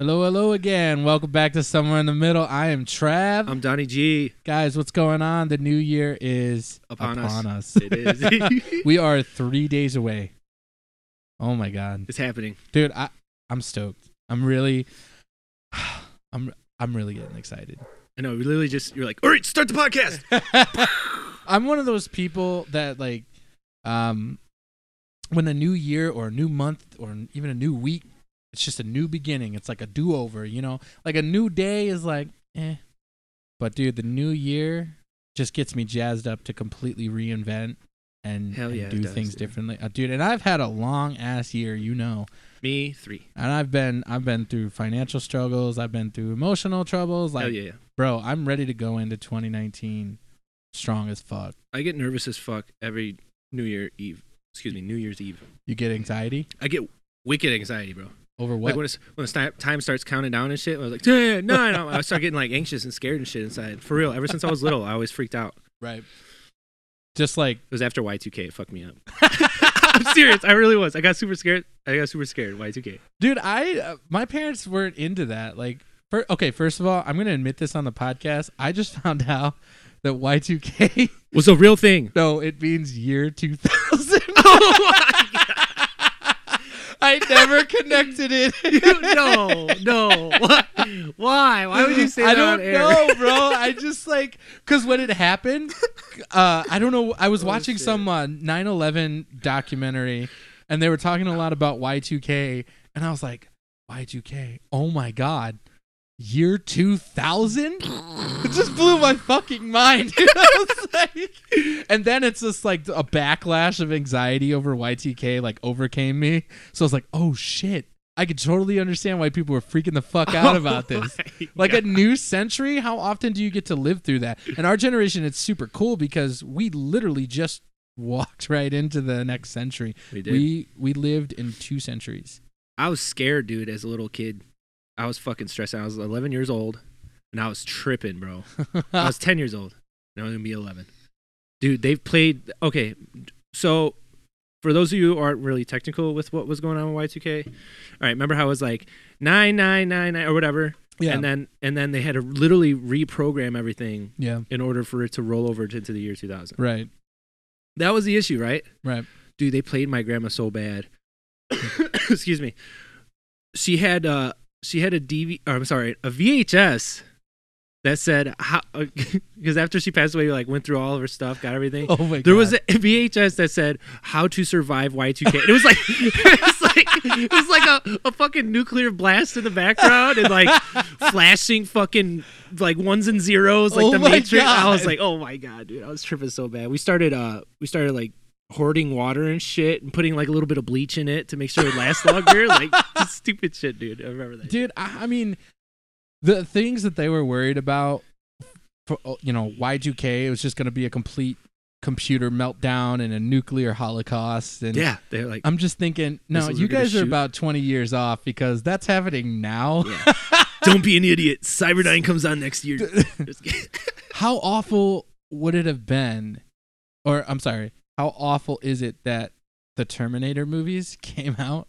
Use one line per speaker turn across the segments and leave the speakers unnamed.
Hello, hello again. Welcome back to Somewhere in the Middle. I am Trav.
I'm Donnie G.
Guys, what's going on? The new year is
Upon us.
upon us.
It is.
we are three days away. Oh my god,
It's happening.
dude! I I'm stoked. I'm really, I'm I'm really getting excited.
I know. We literally just you're like, all right, start the podcast.
I'm one of those people that like, um, when a new year or a new month or even a new week, it's just a new beginning. It's like a do over, you know. Like a new day is like, eh, but dude, the new year just gets me jazzed up to completely reinvent and,
Hell
and
yeah, it
do
does,
things
dude.
differently, uh, dude. And I've had a long ass year, you know.
Me three.
And I've been I've been through financial struggles, I've been through emotional troubles, like
Hell yeah.
bro, I'm ready to go into 2019 strong as fuck.
I get nervous as fuck every New Year Eve. Excuse me, New Year's Eve.
You get anxiety
I get wicked anxiety, bro.
over
Like
what?
when it's when the time starts counting down and shit, I was like, no, no, no. I start getting like anxious and scared and shit inside. For real. Ever since I was little, I always freaked out.
right. Just like
It was after Y2K. It fucked me up. I'm serious. I really was. I got super scared. I got super scared. Y2K.
dude, I uh, my parents weren't into that. Like fir- okay, first of all, I'm going to admit this on the podcast. I just found out that Y2K
Was a real thing.
no, it means year 2000.
oh my
I never connected it.
no, no. Why? Why would you say
I
that
don't
on air?
know, bro. I just like because when it happened, uh, I don't know. I was
Oh,
watching
shit.
some uh, 9/11 documentary, and they were talking a lot about Y2K, and I was like, Y2K. Oh my god, year 2000. It just blew my fucking mind. dude. I was like, and then it's just like a backlash of anxiety over YTK like overcame me. So I was like, oh shit. I could totally understand why people were freaking the fuck out about this.
Oh my
Like a new century, how often do you get to live through that? And our generation, it's super cool because we literally just walked right into the next century.
We did.
We we lived in two centuries.
I was scared, dude, as a little kid. I was fucking stressed. out. I was 11 years old, and I was tripping, bro. I was 10 years old, and I was gonna be 11. Dude, they've played. Okay, so for those of you who aren't really technical with what was going on with Y2K, all right, remember how it was like nine nine nine nine or whatever,
yeah.
and then and then they had to literally reprogram everything
yeah.
in order for it to roll over to, to the year 2000.
Right.
That was the issue, right?
Right.
Dude, they played my grandma so bad. Excuse me. She had uh she had a DV or I'm sorry, a VHS that said how because after she passed away, we like went through all of her stuff, got everything.
Oh my god.
There was a VHS that said "How to Survive Y2K." And it was like it was like it was like a, a fucking nuclear blast in the background and like flashing fucking like ones and zeros like
Oh
the
my
Matrix. I was
God.
like, oh my god, dude, I was tripping so bad. We started uh we started like hoarding water and shit and putting like a little bit of bleach in it to make sure it lasts longer. like just stupid shit, dude. I remember that.
dude I, I mean the things that they were worried about for, uh, you know y2k it was just going to be a complete computer meltdown and a nuclear holocaust and
yeah, they're like
i'm just thinking no
Missiles
you
are gonna
guys are
shoot.
about 20 years off because that's happening now
Yeah. don't be an idiot. Cyberdyne comes on next year. Just kidding.
how awful would it have been or i'm sorry how awful is it that the terminator movies came out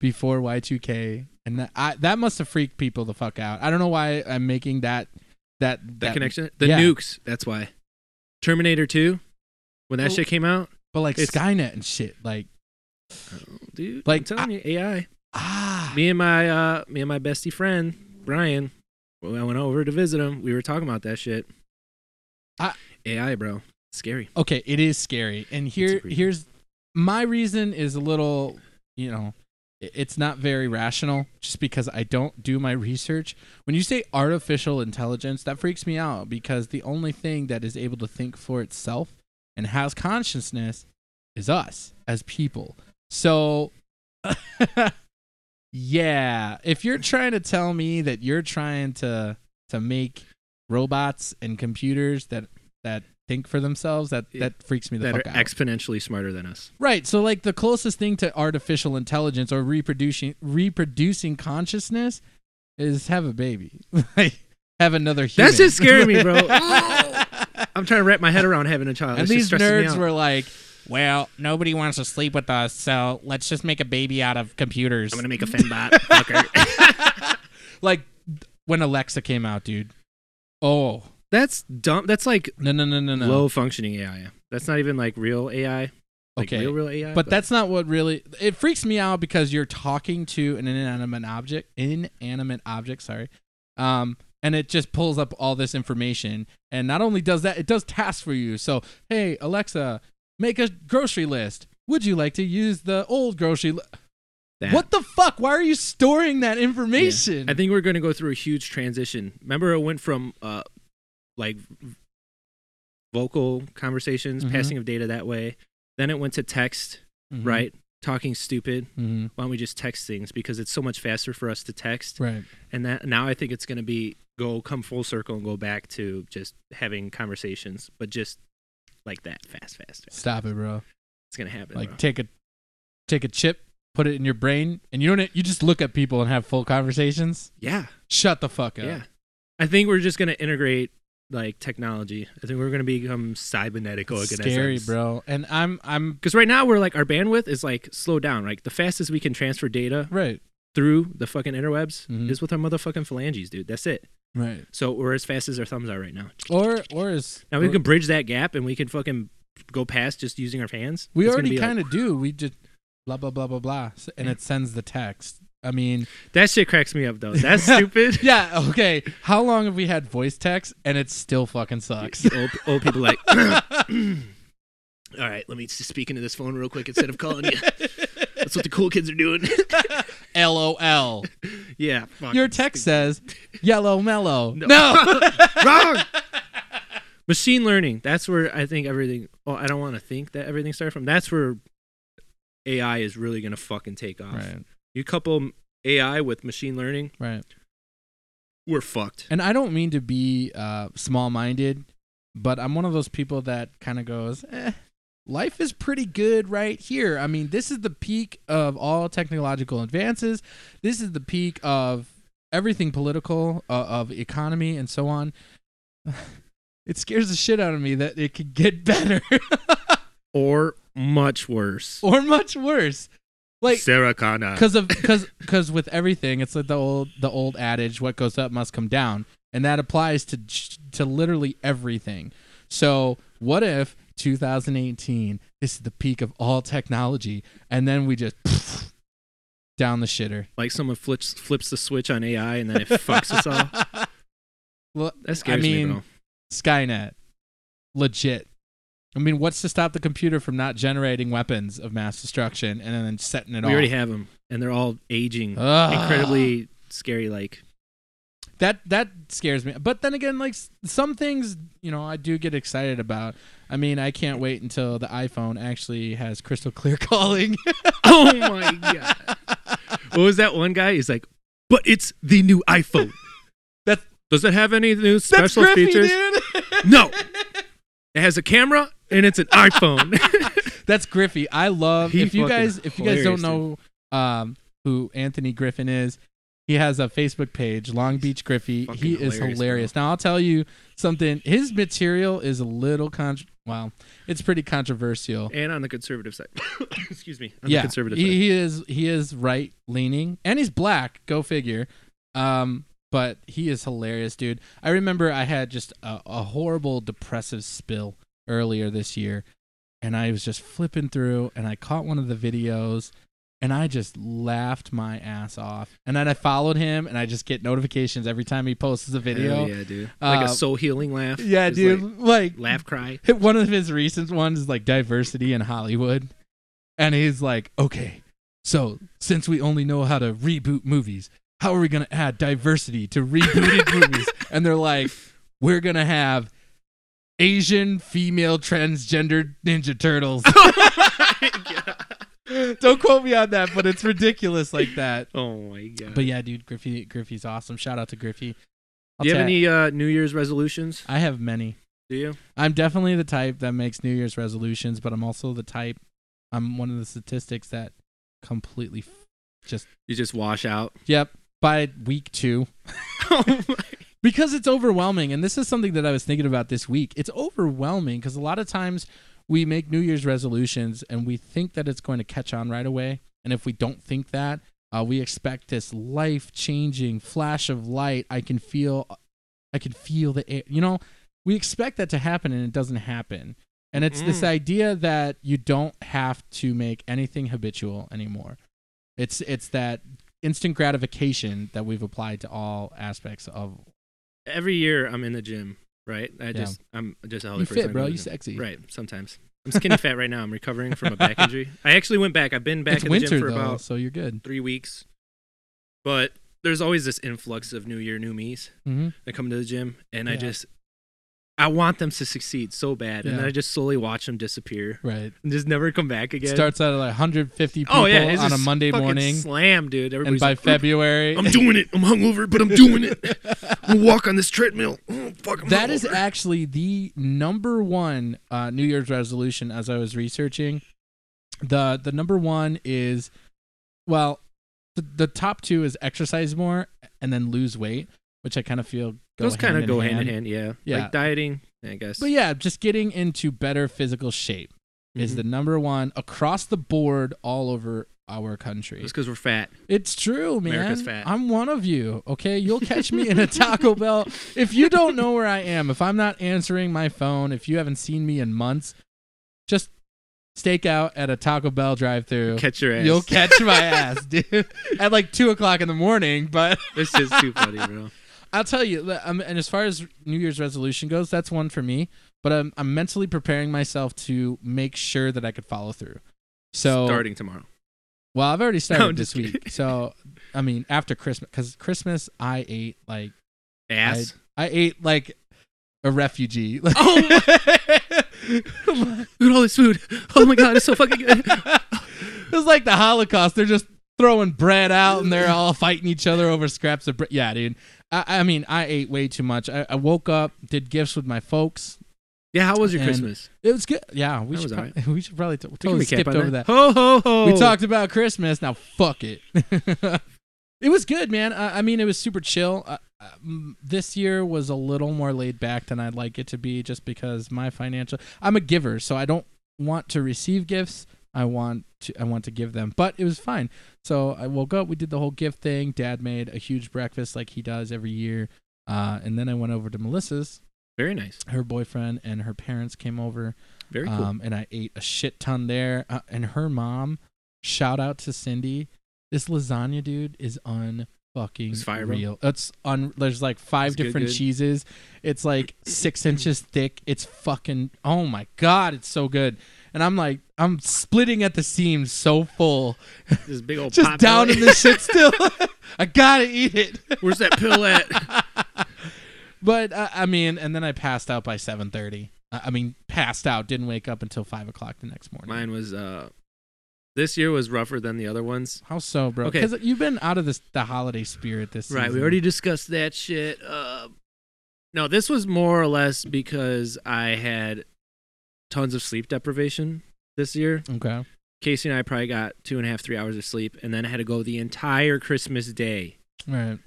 before y2k and that, I, that must have freaked people the fuck out i don't know why i'm making that that
that connection. The
yeah.
nukes. That's why. Terminator Two. When that
Well-
shit came out,
But like
It's-
Skynet and shit, like
dude.
Like,
I'm telling you, AI.
ah,
Me and my uh, me and my bestie friend Brian, when I went over to visit him, we were talking about that shit.
I-
AI, bro, scary.
okay, it is scary. And here,
creepy.
here's my reason is a little, you know, i- it's not very rational, just because I don't do my research. When you say artificial intelligence, that freaks me out because the only thing that is able to think for itself and has consciousness is us as people. So. yeah, if you're trying to tell me that you're trying to to make robots and computers that that think for themselves, that
Yeah.
that freaks me the
That are
fuck out.
exponentially smarter than us.
right. So like the closest thing to artificial intelligence or reproducing reproducing consciousness is have a baby. like have another human.
That's just scaring me, bro. I'm trying to wrap my head around having a child.
and
That's just
these
Oh, stressing me
nerds
out.
were like, "Well, nobody wants to sleep with us, so let's just make a baby out of computers."
I'm gonna make a fembot. fucker.
like when Alexa came out, dude. Oh
That's dumb. That's like
no no no no no.
low functioning AI. That's not even like real AI. Like
okay,
real real AI.
but that's not what really it freaks me out because you're talking to an inanimate object, inanimate object, sorry, um, and it just pulls up all this information. And not only does that, it does tasks for you. So hey, Alexa, make a grocery list. Would you like to use the old grocery? Li-
that.
What the fuck? Why are you storing that information?
I think we're going to go through a huge transition. Remember, it went from uh, like vocal conversations,
Mhm.
passing of data that way. Then it went to text,
Mhm.
right? Talking stupid.
Mhm.
Why don't we just text things because it's so much faster for us to text?
Mm-hmm. Right.
And that now I think it's going to be go come full circle and go back to just having conversations, but just like that, fast, fast, fast.
Stop it, bro.
It's going to happen.
Like
bro.
take a take a chip, put it in your brain, and you don't e, you just look at people and have full conversations.
yeah,
Shut the fuck up.
yeah, I think we're just going to integrate like technology. I think we're going to become cybernetic organisms.
Scary, bro. And I'm I'm
Because right now we're like our bandwidth is like slowed down. Like the fastest we can transfer data
right.
through the fucking interwebs
Mhm.
is with our motherfucking phalanges, dude. That's it.
Right.
So we're as fast as our thumbs are right now.
Or or is
Now we
or-
can bridge that gap and we can fucking go past just using our hands.
we
It's gonna
already
be like-
kind of do. We just blah blah blah blah blah, s- and
Yeah.
it sends the text. I mean,
that shit cracks me up though. That's stupid.
yeah, okay. How long have we had voice text and it still fucking sucks?
old, old people like. All right, let me just speak into this phone real quick instead of calling you. That's what the cool kids are doing.
LOL.
yeah. fuck.
Your text says yellow mellow.
No.
no.
wrong. Machine learning. That's where I think everything. Well, I don't want to think that everything started from. That's where AI is really gonna fucking take off.
right.
You couple AI with machine learning,
Right.
we're fucked.
And I don't mean to be uh, small minded, but I'm one of those people that kind of goes, eh, life is pretty good right here. I mean, this is the peak of all technological advances. This is the peak of everything political, uh, of economy, and so on. it scares the shit out of me that it could get better
Or much worse.
or much worse. Like,
Sarah Connor.
because of because because with everything it's like the old the old adage what goes up must come down and that applies to j- to literally everything so what if 2018 this is the peak of all technology and then we just pff, down the shitter
Like someone flips flips the switch on AI and then it fucks us all.
well
That scares
mean,
me, bro.
skynet legit i mean what's to stop the computer from not generating weapons of mass destruction and then setting it Ah. off
We already have them, and they're all aging,
Ugh.
incredibly scary. Like
that that scares me but then again like s- some things you know i do get excited about i mean i can't wait until the iphone actually has crystal clear calling
oh my god what was that one guy he's like but it's the new iphone
That's-
does it have any new
that's
special
Griffey,
features
dude
no it has a camera and it's an iphone
that's griffey i love
He
if you
fucking
guys if you guys don't
hilarious,
know um who anthony griffin is he has a facebook page long beach griffey
Fucking
he is
hilarious,
hilarious now i'll tell you something his material is a little con well it's pretty controversial
and on the conservative side excuse me on
yeah,
the conservative
he,
side
he is he is right leaning and he's black. Go figure. Um, but he is hilarious, dude. I remember I had just a, a horrible depressive spill earlier this year, and I was just flipping through, and I caught one of the videos, and I just laughed my ass off. And then I followed him, and I just get notifications every time he posts a video.
Hell Oh, yeah dude like
Uh,
a soul healing laugh
yeah,
It's like
dude. Like,
laugh cry
one of his recent ones is like diversity in Hollywood. And he's like, okay, so since we only know how to reboot movies, how are we going to add diversity to rebooted movies? And they're like, we're going to have Asian female transgendered Ninja Turtles. Don't quote me on that, but it's ridiculous like that.
oh my god
But yeah, dude, Griffey, Griffey's awesome. Shout out to Griffey. I'll
do you have
tag-
any uh, new year's resolutions
I have many.
do you
I'm definitely the type that makes New Year's resolutions, but I'm also the type. I'm one of the statistics that completely. F-
you just wash out
yep, by week two,
oh my
because it's overwhelming, and this is something that I was thinking about this week. It's overwhelming because a lot of times we make New Year's resolutions and we think that it's going to catch on right away, and if we don't think that, Uh, we expect this life-changing flash of light. I can feel, I can feel the air. You know, we expect that to happen, and it doesn't happen. And it's this
Mm-mm.
idea that you don't have to make anything habitual anymore. It's it's that instant gratification that we've applied to all aspects of.
Every year I'm in the gym, right? I just I'm just a healthy
You
person. I
fit,
go
bro.
to the
You
gym.
sexy.
Right, sometimes. I'm skinny fat right now. I'm recovering from a back injury. I actually went back. I've been back
it's
in the
winter
gym for
though,
about
so you're good.
three weeks. But there's always this influx of new year, new me's
Mm-hmm.
that come to the gym, and I
Yeah.
just I want them to succeed so bad, and then
Yeah.
I just slowly watch them disappear
Right.
and just never come back
It
again.
starts out at like 150 people
oh yeah, it's
on a
just
Monday
fucking
morning,
slam, dude.
and
Everybody's
by
like,
February,
I'm doing it. I'm hungover, but I'm doing it. I'm gonna walk on this treadmill. Oh, fuck, I'm
that is
hungover.
actually the number one uh, New Year's resolution. As I was researching, the the number one is, well, the, the top two is exercise more and then lose weight, which I kind of feel go
those kind of
in
go hand in hand. Yeah,
Yeah.
like dieting, I guess.
But yeah, just getting into better physical shape is
Mhm.
the number one across the board all over our country.
It's because we're fat.
It's true, man.
America's fat.
I'm one of you. Okay, you'll catch me in a Taco Bell if you don't know where I am. If I'm not answering my phone, if you haven't seen me in months, just stake out at a Taco Bell drive-through.
Catch your ass.
You'll catch my ass, dude, at like two o'clock in the morning. But
This is too funny, bro.
I'll tell you, le- um, and as far as New Year's resolution goes, that's one for me. But I'm, I'm mentally preparing myself to make sure that I could follow through. So
starting tomorrow.
well, I've already started
I'm
this
just
week.
kidding.
So, I mean, after Christmas, because Christmas, I ate like
Ass.
I ate like a refugee. Like,
Oh, look at all this food. Oh my god, it's so fucking good.
it was like the Holocaust. They're just throwing bread out and they're all fighting each other over scraps of bread. Yeah, dude. I, I mean, I ate way too much. I, I woke up, did gifts with my folks.
Yeah, how was your
And
Christmas?
It was good. Yeah, we
That
should
was
prob- we should probably t- totally
We can recap
skipped
on
over that.
Ho ho ho.
We talked about Christmas. Now fuck it. it was good, man. I, I mean, it was super chill. Uh, uh, mm, this year was a little more laid back than I'd like it to be, just because my financial. I'm a giver, so I don't want to receive gifts. I want to. I want to give them, but it was fine. So I woke up. We did the whole gift thing. Dad made a huge breakfast, like he does every year. Uh, and then I went over to Melissa's.
Very nice.
Her boyfriend and her parents came over.
Very cool.
Um, and I ate a shit ton there. Uh, and her mom, shout out to Cindy. This lasagna, dude, is unfucking
It's fire, bro.
real. It's un. There's like five
It's good,
different
good.
cheeses. It's like six inches thick. It's fucking. Oh my god, it's so good. And I'm like, I'm splitting at the seams, so full,
this big old
just
pop
down
belly.
in this shit still. I gotta eat it.
Where's that pill at?
But uh, I mean, and then I passed out by seven thirty. I I mean, passed out. Didn't wake up until five o'clock the next morning.
Mine was uh this year was rougher than the other ones.
How so, bro?
Okay.
Because you've been out of this the holiday spirit this
Right, we
season.
already discussed that shit. Uh no, this was more or less because I had tons of sleep deprivation this year.
okay.
Casey and I probably got two and a half, three hours of sleep, and then I had to go the entire Christmas day
Right.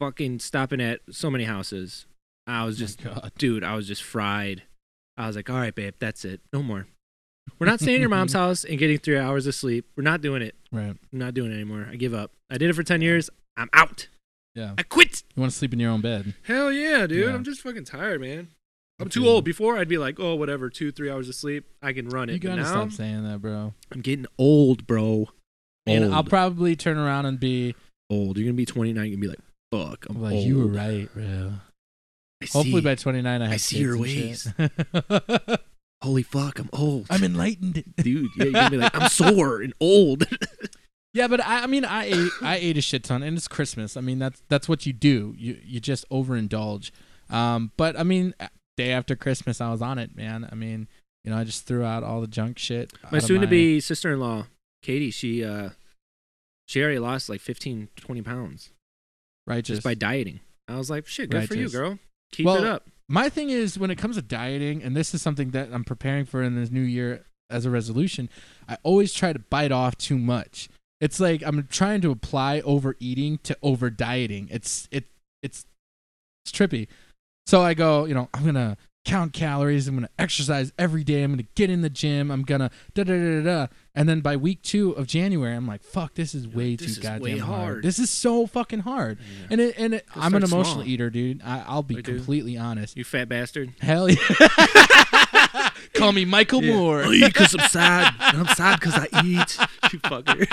fucking stopping at so many houses. I was just,
Oh My God.
dude, I was just fried. I was like, all right, babe, that's it. No more. We're not staying at your mom's house and getting three hours of sleep. We're not doing it.
Right.
I'm not doing it anymore. I give up. I did it for 10 years. I'm out.
Yeah.
I quit.
You want to sleep in your own bed.
Hell yeah, dude.
Yeah.
I'm just fucking tired, man. I'm
I
too
feel
old.
you.
Before, I'd be like, oh, whatever, two, three hours of sleep. I can run it.
You
But
gotta
now,
stop saying that, bro.
I'm getting old, bro.
And
old.
I'll probably turn around and be
old. You're going to be 29. You're going to be like, fuck, I'm
like,
old.
"You were right, bro."
I see.
Hopefully by 29, I have
I see your
kids and shit.
Holy fuck, I'm old.
I'm enlightened.
dude. Yeah, you're gonna be like, I'm sore and old.
Yeah, but I, I mean, I ate, I ate a shit ton, and it's Christmas. I mean, that's that's what you do. You you just overindulge. Um, but I mean, day after Christmas, I was on it, man. I mean, you know, I just threw out all the junk shit. out
My
of
soon to be sister in law, Katie, she uh she already lost like 15, 20 pounds
righteous.
just by dieting. I was like, shit, good for you,
Righteous.
girl. Keep
Well,
it up.
my thing is when it comes to dieting and this is something that i'm preparing for in this new year as a resolution i always try to bite off too much it's like i'm trying to apply overeating to over dieting it's it it's it's trippy so i go you know i'm gonna count calories. I'm gonna exercise every day. I'm gonna get in the gym. I'm gonna da da da da. da. And then by week two of January, I'm like, fuck, this is way
this
too
is
goddamn
way
hard.
hard.
This is so fucking hard.
Yeah.
And it, and it,
Go
I'm an
start
emotional
small.
eater, dude. I, I'll be
I do.
completely honest.
You fat bastard.
Hell yeah. Call me Michael Moore.
I eat because Oh, I'm sad. I'm sad because I eat. You fucker.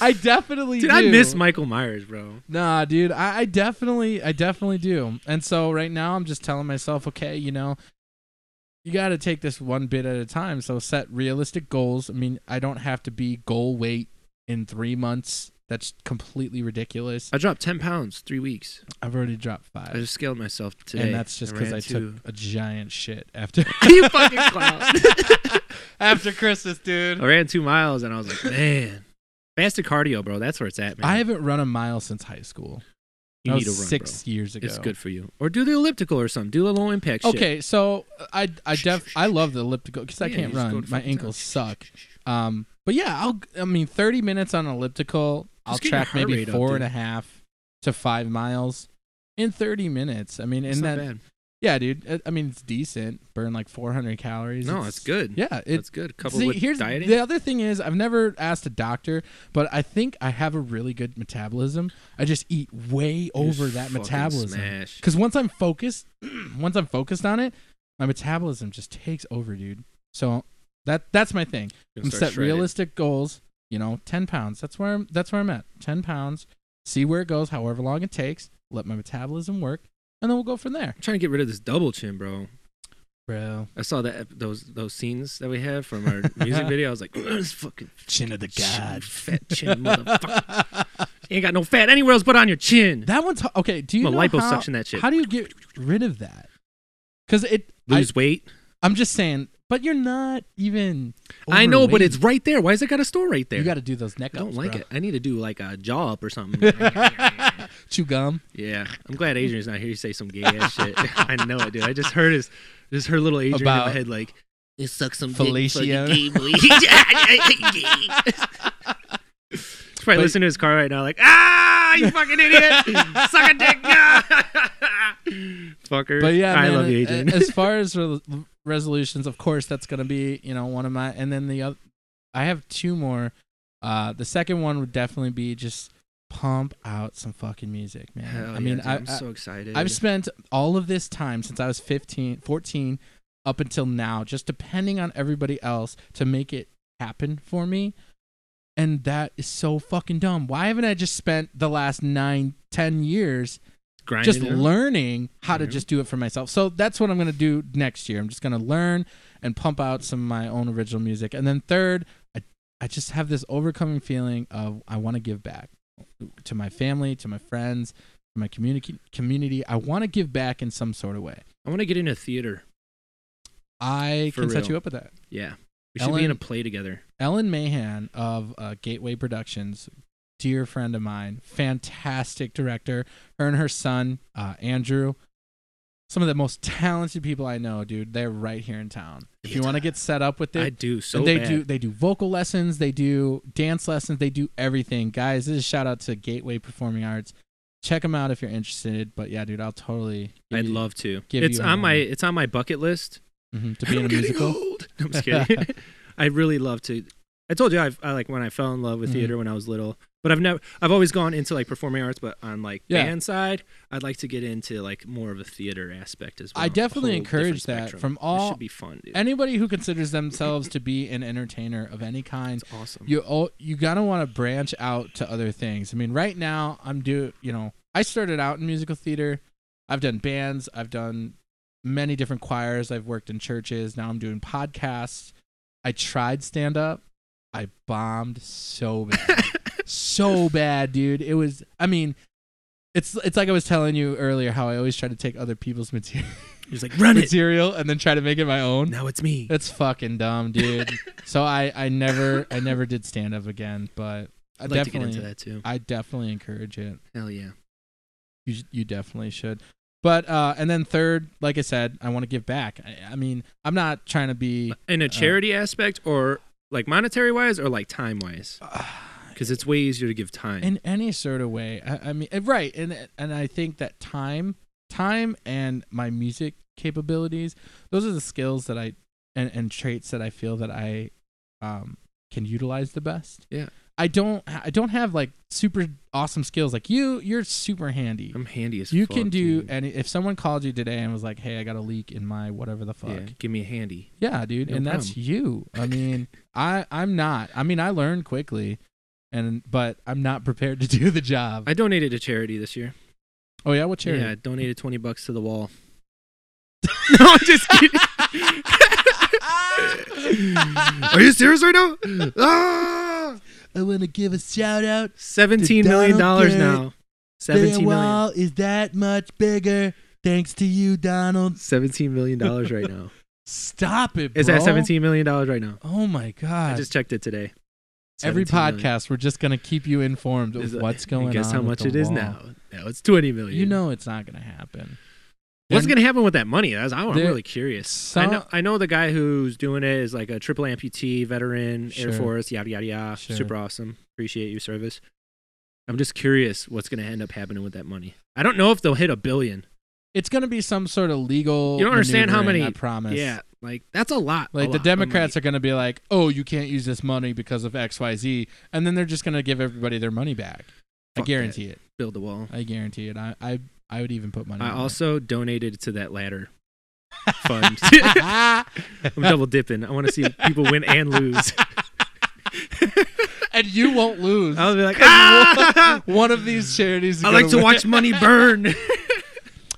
I definitely
Dude,
do.
I miss Michael Myers, bro.
Nah, dude, I, I definitely, I definitely do. And so right now, I'm just telling myself, okay, you know, you got to take this one bit at a time. So set realistic goals. I mean, I don't have to be goal weight in three months. That's completely ridiculous.
I dropped 10 pounds three weeks.
I've already dropped
I
five,
just scaled myself today.
and that's just because
ran
I took
two.
a giant shit after
you fucking clown.
after Christmas, dude.
I ran two miles and I was like, man. Faster cardio, bro. That's where it's at, man.
I haven't run a mile since high school.
you
that
need to
was
run,
six years
bro.
ago.
It's good for you. Or do the elliptical or something. Do a low impact shit.
Okay, so I I def I love the elliptical because I
Yeah,
can't
you just go
run.
to
My
fucking
ankles
town.
suck. Um, but yeah, I'll I mean thirty minutes on elliptical. I'll
Just get your
track
heart
maybe
rate up,
four
dude.
and a half to five miles in thirty minutes. I mean,
It's
and
not
that
bad.
yeah, dude. I- I mean, it's decent. Burn like four hundred calories.
No,
It's-
it's good.
Yeah, it's
it's good. Coupled
See,
with
here's
dieting.
the other thing is I've never asked a doctor, but I think I have a really good metabolism. I just eat way
you
over
just
that
fucking
metabolism.
Smash.
Because once I'm focused, once I'm focused on it, my metabolism just takes over, dude. So that that's my thing.
Gonna
I'm
start
set
shredded.
realistic goals. You know, 10 pounds. That's where I'm. That's where I'm at. 10 pounds. See where it goes. However long it takes. Let my metabolism work, and then we'll go from there,
I'm trying to get rid of this double chin, bro.
bro.
I saw that ep- those those scenes that we have from our music video. I was like, this fucking
Chin of the
chin,
god.
fat chin, motherfucker. You ain't got no fat anywhere else but on your chin.
that one's h- okay. Do you
I'm
know
gonna
how,
liposuction that shit.
how do you get rid of that? Because it. I,
Lose weight.
I'm just saying. But you're not even.
I know, but
overweight.
it's right there. Why is it got a store right there?
You got to do those neck
I don't
ups,
like
bro.
it. I need to do like a jaw up or something.
Chew gum.
yeah, I'm glad Adrian's not here to say some gay ass shit. I know it, dude. I just heard his, just heard little Adrian in
About-
my head like, it sucks some
Fellatio.
dick, fucking gay boy." He's probably
But-
listening to his car right now, like, ah, you fucking idiot, suck a dick, ah." fucker.
But yeah,
I
man, uh,
love you,
a-
Adrian.
a- as far as re- resolutions, of course, that's gonna be you know one of my, and then the other, I have two more. Uh, the second one would definitely be just pump out some fucking music, man.
Hell
I mean,
yeah, dude,
I,
I'm
I,
so excited.
I've spent all of this time since I was 15, 14 up until now, just depending on everybody else to make it happen for me. And that is so fucking dumb. Why haven't I just spent the last nine, ten years
grinding
just
it out.
learning how to
Mhm.
just do it for myself. So that's what I'm going to do next year. I'm just going to learn and pump out some of my own original music. And then third, I, I just have this overcoming feeling of I want to give back to my family, to my friends, to my community community. I want to give back in some sort of way.
I want to get into theater.
I
For
can set
real.
you up with that.
Yeah, we should be
Ellen-
in a play together.
Ellen Mahan of uh, Gateway Productions, dear friend of mine, fantastic director. Her and her son, uh, Andrew, some of the most talented people I know, dude. They're right here in town. If you want to get set up with
I
it,
do so
they
bad.
do they do vocal lessons, they do dance lessons, they do everything. Guys, this is a shout out to Gateway Performing Arts. Check them out if you're interested. But yeah, dude, I'll totally. give
I'd
you-
love to.
give
It's
you
on
a-
my it's on my bucket list.
Mhm, to be in a musical.
I'm just kidding. I really love to. I told you I've, I like when I fell in love with
Mhm.
theater when I was little, but I've never I've always gone into like performing arts, but on like
Yeah.
band side, I'd like to get into like more of a theater aspect as well.
I definitely
A whole different
encourage that
spectrum.
from
This
all-
should be fun. Dude.
Anybody who considers themselves to be an entertainer of any kind
it's awesome.
you all you gotta want to branch out to other things. I mean, right now I'm do you know I started out in musical theater. I've done bands. I've done many different choirs. I've worked in churches. Now I'm doing podcasts. I tried stand up. I bombed so bad, so bad, dude. It was. I mean. It's, it's like I was telling you earlier how I always try to take other people's material,
He's like, run it.
material and then try to make it my own.
Now it's me.
That's fucking dumb, dude. so I, I never I never did stand up again, but I
I'd like to get
definitely
into that too.
I definitely encourage it.
Hell yeah.
You sh- you definitely should. But uh and then third, like I said, I want to give back. I, I mean, I'm not trying to be
In a charity aspect, or like monetary wise, or like time wise,
Uh,
because it's way easier to give time.
in any sort of way. I, I mean, eh, right, and and I think that time time and my music capabilities. Those are the skills that I and, and traits that I feel that I um, can utilize the best.
Yeah.
I don't I don't have like super awesome skills like you. You're super handy.
I'm handy as
you
fuck,
can do
dude.
and if someone called you today and was like, "Hey, I got a leak in my whatever the fuck."
Yeah, give me a handy.
Yeah, dude,
No
and that's you. I mean, I I'm not. I mean, I learned quickly, and but I'm not prepared to do the job.
I donated to charity this year.
oh yeah, what charity?
Yeah, I donated 20 bucks to the wall. no, I'm just kidding. Are you serious right now? Ah!
I want to give a shout out.
17 million dollars now. 17 million.
is that much bigger thanks to you, Donald.
17 million dollars right now.
Stop it, bro.
Is that 17 million dollars right now?
Oh my god!
I just checked it today.
Every
17
podcast,
million.
we're just gonna keep you informed
Is-
of what's
and
going on.
Guess how
with
much
the
it is
wall.
now. Now it's 20 million.
You know it's not gonna happen.
What's
They're-
going to happen with that money? That's, I'm
There-
really curious. I
Some-
know, I know the guy who's doing it is like a triple amputee, veteran,
Sure.
Air Force, yada, yada, yada.
Sure.
Super awesome. Appreciate your service. I'm just curious what's going to end up happening with that money. I don't know if they'll hit a billion.
It's gonna be some sort of legal.
You don't understand how
maneuvering,
many-
I promise.
Yeah, like that's a lot.
Like the Democrats are going to be like, "Oh, you can't use this money because of X, Y, Z," and then they're just going to give everybody their money back. I
Fuck
guarantee it.
build the wall.
I guarantee it. I, I, I would even put money.
I
on it.
also donated to that ladder fund. I'm double dipping. I want to see people win and lose.
and you won't lose.
I'll be like, ah!
One of these charities. is
I like
gonna
to
win.
watch money burn.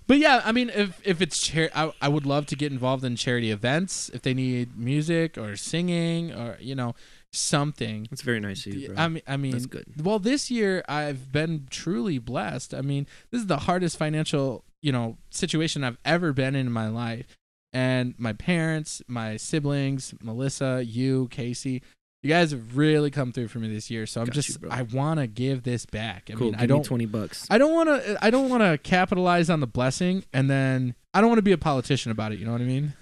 But yeah, I mean, if if it's chair, I, I would love to get involved in charity events if they need music or singing or you know something.
That's very nice of you, bro.
I mean, I mean,
That's good.
Well, this year I've been truly blessed. I mean, this is the hardest financial, you know, situation I've ever been in my life. And my parents, my siblings, Melissa, you, Casey, you guys have really come through for me this year. So I'm
Got you,
just
bro.
I want to give this back. I
cool.
mean,
Give
I don't
me 20 bucks.
I don't want to I don't want to capitalize on the blessing and then I don't want to be a politician about it, you know what I mean?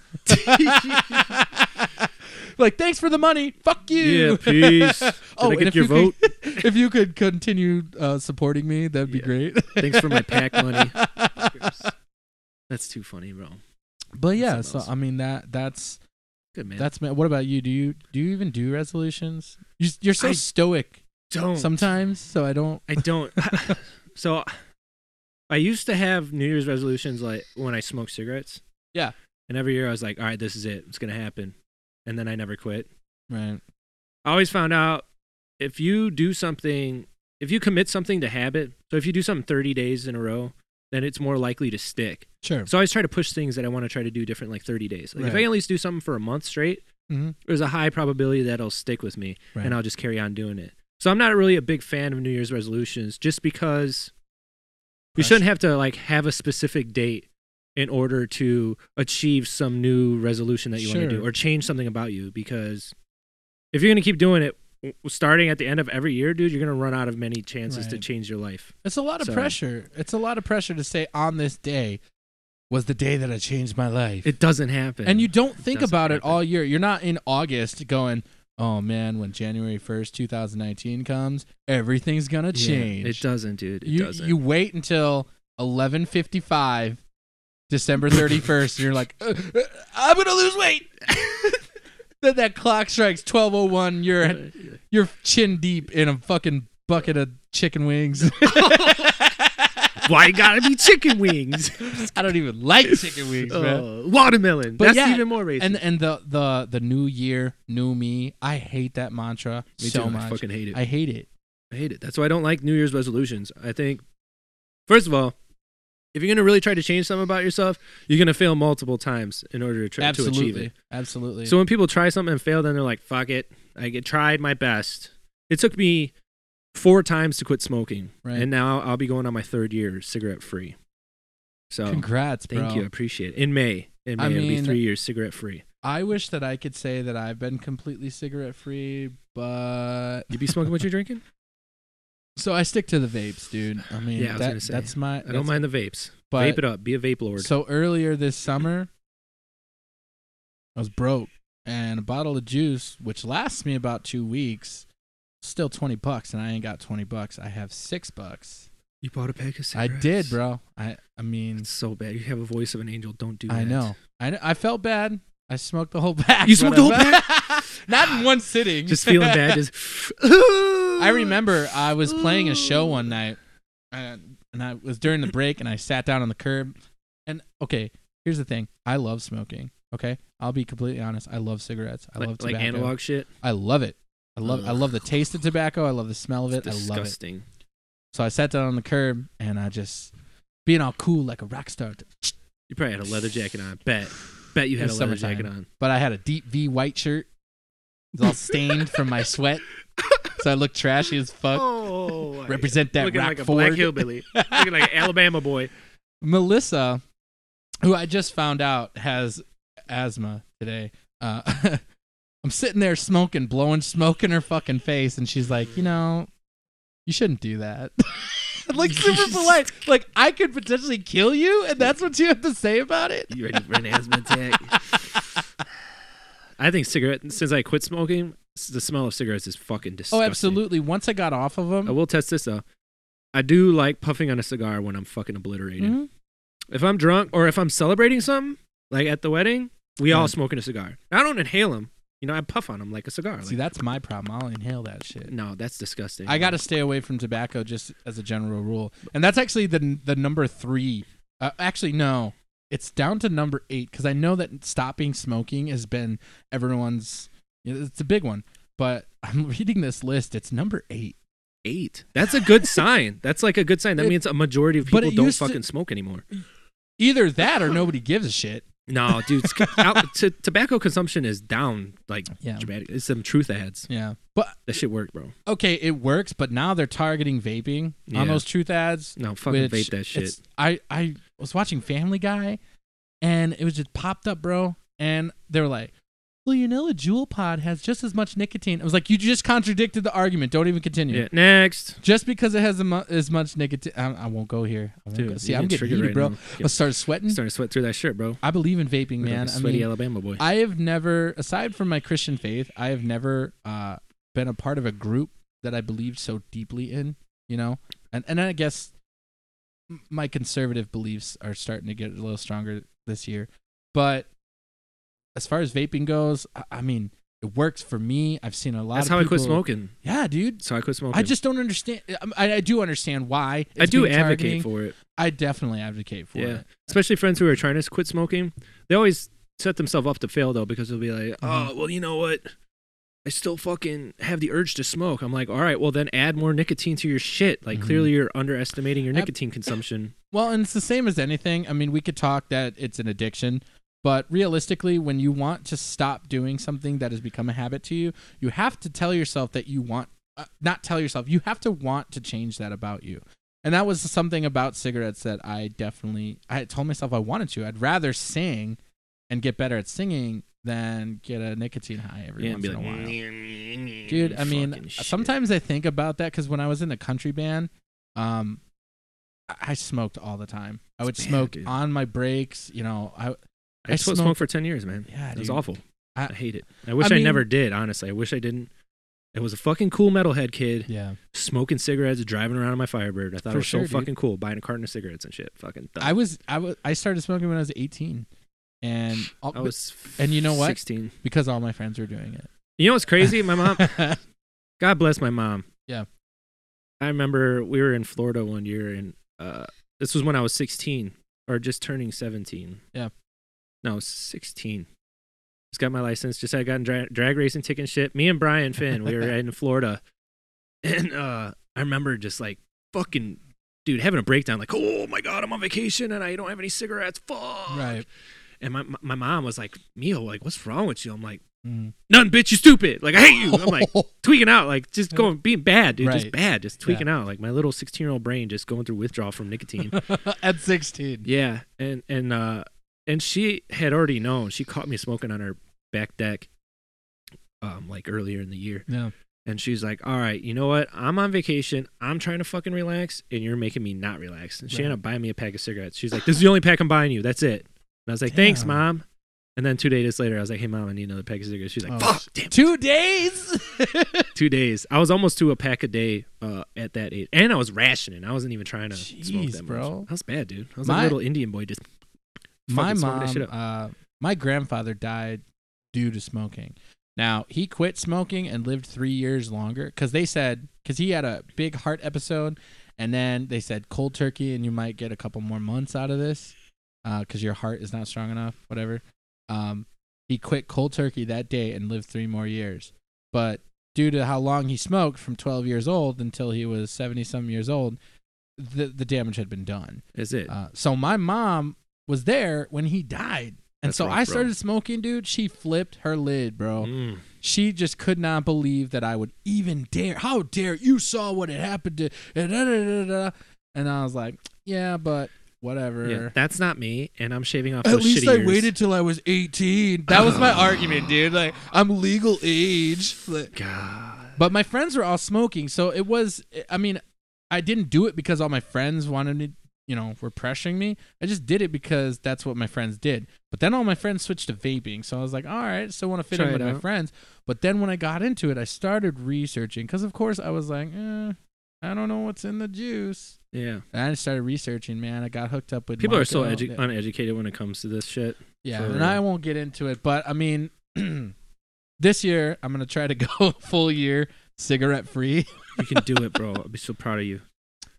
like thanks for the money. Fuck you.
Yeah, peace. Did
Oh,
I
and
get
if
your
you could-
vote?
if you could continue uh, supporting me, that'd be
Yeah.
great.
Thanks for my pack money. That's too funny, bro.
But yeah,
That's
so
awesome.
I mean that that's
Good man.
that's ma- what about you? Do you do you even do resolutions? You, s- you're so
I
stoic
don't.
sometimes, so I don't.
I don't. so I used to have New Year's resolutions like when I smoked cigarettes.
Yeah.
And every year I was like, all right, this is it. It's going to happen. And then I never quit.
Right.
I always found out if you do something, if you commit something to habit, so if you do something 30 days in a row, then it's more likely to stick.
Sure.
So I always try to push things that I want to try to do different, like 30 days. Like if I
Right.
can at least do something for a month straight,
hmm
there's a high probability that it'll stick with me
Right.
and I'll just carry on doing it. So I'm not really a big fan of New Year's resolutions just because you
Pressure.
shouldn't have to like have a specific date in order to achieve some new resolution that you want to do
Sure.
or change something about you because if you're going to keep doing it w- starting at the end of every year, dude, you're going to run out of many chances to
Right.
change your life.
It's a lot of
So-
pressure. It's a lot of pressure to say on this day was the day that I changed my life.
It doesn't happen.
and you don't think
doesn't
about it
happen.
all year. You're not in August going, "Oh man, when January 1st, 2019 comes, everything's going to
Yeah,
change."
it doesn't, dude. It
you
doesn't.
you wait until 11:55 December 31st and you're like "Uh, uh, I'm going to lose weight. then that clock strikes 12:01 you're you're chin deep in a fucking bucket of chicken wings.
Why you gotta be chicken wings?
I don't even like chicken wings, man.
Uh, watermelon.
But
That's
yeah,
even more racist.
And and the the the new year, new me. I hate that mantra
Me
so
too.
much.
I fucking hate it.
I hate it.
I hate it. That's why I don't like New Year's resolutions. I think, first of all, if you're gonna really try to change something about yourself, you're gonna fail multiple times in order to try
Absolutely.
to achieve
Absolutely.
it. So when people try something and fail, then they're like, "Fuck it, I get, tried my best." It took me four times to quit smoking,
Right.
and now I'll be going on my third year cigarette free. So
congrats, bro.
um, thank you, I appreciate it. In May, in May,
I
it'll be
mean-
three years cigarette free.
I wish that I could say that I've been completely cigarette free, but
You be smoking what you're drinking?
so I stick to the vapes, dude. I mean,
Yeah, I was
that-
gonna say,
that's my.
I don't mind the vapes.
But
Vape it up. Be a vape lord.
so earlier this summer, I was broke, and a bottle of juice, which lasts me about two weeks, still twenty bucks, and I ain't got twenty bucks. I have six bucks.
you bought a pack of
I did, bro. I I mean,
It's so bad. You have a voice of an angel. Don't do that.
I know. I kn- I felt bad. I smoked the whole pack.
You smoked the whole
pack? Not in one sitting.
Just feeling bad. Just.
I remember I was playing a show one night, and, and I was during the break, and I sat down on the curb. And okay, here's the thing: I love smoking. Okay, I'll be completely honest. I love cigarettes. I
like,
love
like
tobacco.
analog shit.
I love it. I love. I
Ugh.
love the taste of tobacco. I love the smell of
It's
it. I love it.
disgusting.
So I sat down on the curb, and I just being all cool like a rock star.
You probably had a leather jacket on. Bet. Bet you had a
It's
leather
summertime.
jacket on.
But I had a deep V white shirt. It's all stained from my sweat, so I look trashy as fuck.
Oh, my
Represent that
Looking
rock
like a
forward.
black hillbilly. Looking like an Alabama boy.
Melissa, who I just found out has asthma today, uh, I'm sitting there smoking, blowing smoke in her fucking face, and she's like, you know, you shouldn't do that. like super polite. Like I could potentially kill you, and that's what you have to say about it. Oh,
You ready for an asthma attack? I think cigarette. Since I quit smoking, s- the smell of cigarettes is fucking disgusting.
Oh, absolutely. Once I got off of
I
them,
will test this though. I do like puffing on a cigar when I'm fucking obliterated.
Mhm.
If I'm drunk or if I'm celebrating something, like at the wedding, we
Yeah.
all smoking a cigar. I don't inhale them. You know, I puff on them like a cigar.
see,
Like,
that's my problem. I'll inhale that shit.
no, that's disgusting.
I got to stay away from tobacco just as a general rule. And that's actually the the number 3. Uh, actually no. It's down to number 8 cuz I know that stopping smoking has been everyone's you know, it's a big one. But I'm reading this list. It's number 8.
eight. That's a good sign. That's like a good sign. That
It-
means a majority of
but
people
it
don't
used to-
fucking smoke anymore.
Either that or nobody gives a shit.
No, dude, it's- al- t- tobacco consumption is down like
Yeah.
dramatic. It's some truth ads.
Yeah. But
That shit worked, bro.
okay, it works, but now they're targeting vaping
Yeah.
on those truth ads.
No, fucking
which
vape that shit.
it's- I I was watching Family Guy, and it was just popped up, bro. And they were like, "Well, you know, a jewel pod has just as much nicotine." I was like, "You just contradicted the argument. Don't even continue."
Yeah. Next,
Just because it has a mu- as much nicotine, I, I won't go here. I won't
Dude,
go. See,
you're
I'm getting
getting triggered
heated,
right
bro.
now.
I started sweating.
starting to sweat through that shirt, bro.
I believe in vaping,
Look
Mm.
like
man.
a
I
sweaty
mean,
Alabama boy.
I have never, aside from my Christian faith, I have never uh, been a part of a group that I believed so deeply in. You know, and and I guess m- my conservative beliefs are starting to get a little stronger this year. But as far as vaping goes, I, I mean, it works for me. I've seen a lot.
That's
of
how I quit
people-
smoking.
Yeah, dude.
So I quit smoking.
I just don't understand. um, I, I do understand why.
I
it's
do
being
advocate
targeting.
for it,
I definitely advocate for
Yeah.
it.
especially friends who are trying to quit smoking. They always set themselves up to fail though, because they'll be like,
Mm-hmm.
"Oh, well, you know what? I still fucking have the urge to smoke." I'm like, "All right, well then add more nicotine to your shit." Like
Mhm.
clearly you're underestimating your
Ab-
nicotine consumption.
Well, and it's the same as anything. I mean, we could talk that it's an addiction, but realistically, when you want to stop doing something that has become a habit to you, you have to tell yourself that you want, uh, not tell yourself, you have to want to change that about you. And that was something about cigarettes that I definitely, I had told myself I wanted to. I'd rather sing and get better at singing than get a nicotine high every
Yeah, and
once
be
in
like,
a while.
"Dude,
Dude, I mean, sometimes I think about that because when I was in a country band, um, I- I smoked all the time. I would
bad,
smoke
dude.
on my breaks. You know, I
I,
I
I smoked
smoked-
for ten years, man.
yeah,
It was
dude.
awful.
I-
I, hate it. I wish I,
mean-
never did. Honestly, I wish I didn't. I was a fucking cool metalhead kid
Yeah,
smoking cigarettes, driving around in my Firebird. I thought
For
it was
sure,
so
dude.
fucking cool, buying a carton of cigarettes and shit. Fucking. Dumb.
I was I was I started smoking when I was eighteen, and all,
I was.
and you know what?
Sixteen.
because all my friends were doing it.
You know what's crazy? My mom. God bless my mom.
Yeah.
I remember we were in Florida one year, and uh, this was when I was 16 or just turning 17.
Yeah.
No, 16. Just got my license. Just had gotten dra- drag racing ticket and shit. Me and Brian Finn, we were in Florida, and uh, I remember just like fucking dude having a breakdown, like, oh my god, I'm on vacation and I don't have any cigarettes. Fuck.
right.
And my my- my mom was like, Mio, like, what's wrong with you? I'm like,
Mm.
none, bitch, you stupid. Like, I hate you. I'm like tweaking out, like just going being bad, dude,
Right.
just bad, just tweaking out, like my little sixteen year old brain just going through withdrawal from nicotine.
at sixteen.
yeah, and and uh, and she had already known. She caught me smoking on her back deck, um, like earlier in the year,
Yeah.
and she's like, "All right, you know what? I'm on vacation. I'm trying to fucking relax, and you're making me not relax." And she
Right.
ended up buying me a pack of cigarettes. She's like, "This is the only pack I'm buying you. That's it." And I was like, "Thanks,
Damn.
mom." And then two days later, I was like, "Hey, mom, I need another pack of cigarettes." She's like,
Oh,
"Fuck,
sh-
damn,
Two days.
two days." I was almost to a pack a day uh, at that age, and I was rationing. I wasn't even trying to smoke
Jeez,
that much.
bro.
That was bad, dude. I was
My-
a little Indian boy, just
my
fucking smoking that
mom,
shit up.
uh, my grandfather died due to smoking. Now he quit smoking and lived three years longer because they said because he had a big heart episode, and then they said cold turkey and you might get a couple more months out of this because your heart is not strong enough. Whatever. Um, he quit cold turkey that day and lived three more years, but due to how long he smoked from 12 years old until he was 70 some years old, the the damage had been done.
That's it.
Uh, so my mom was there when he died. And
That's
so
rough,
I
bro.
started smoking, dude. She flipped her lid, bro.
Mm.
She just could not believe that I would even dare. How dare you saw what had happened to. da- da- da- da- da. And I was like, yeah, but whatever.
Yeah, that's not me, and I'm shaving off.
At
those
least
shitty
I
ears.
waited till I was 18. That was my argument, dude. Like, I'm legal age. Like,
God.
but my friends were all smoking, so it was. I mean, I didn't do it because all my friends wanted me, you know, were pressuring me. I just did it because that's what my friends did. But then all my friends switched to vaping, so I was like, all right, still want to fit
Try
in
it
with my
out.
friends. But then when I got into it, I started researching because, of course, I was like, eh, I don't know what's in the juice.
Yeah.
And I started researching, man. I got hooked up with
People are so
Marco.
edu- uneducated when it comes to this shit.
Yeah,
For
and
real.
I won't get into it, but I mean, this year I'm gonna try to go full year cigarette free.
You can do it, bro. I'll be so proud of you.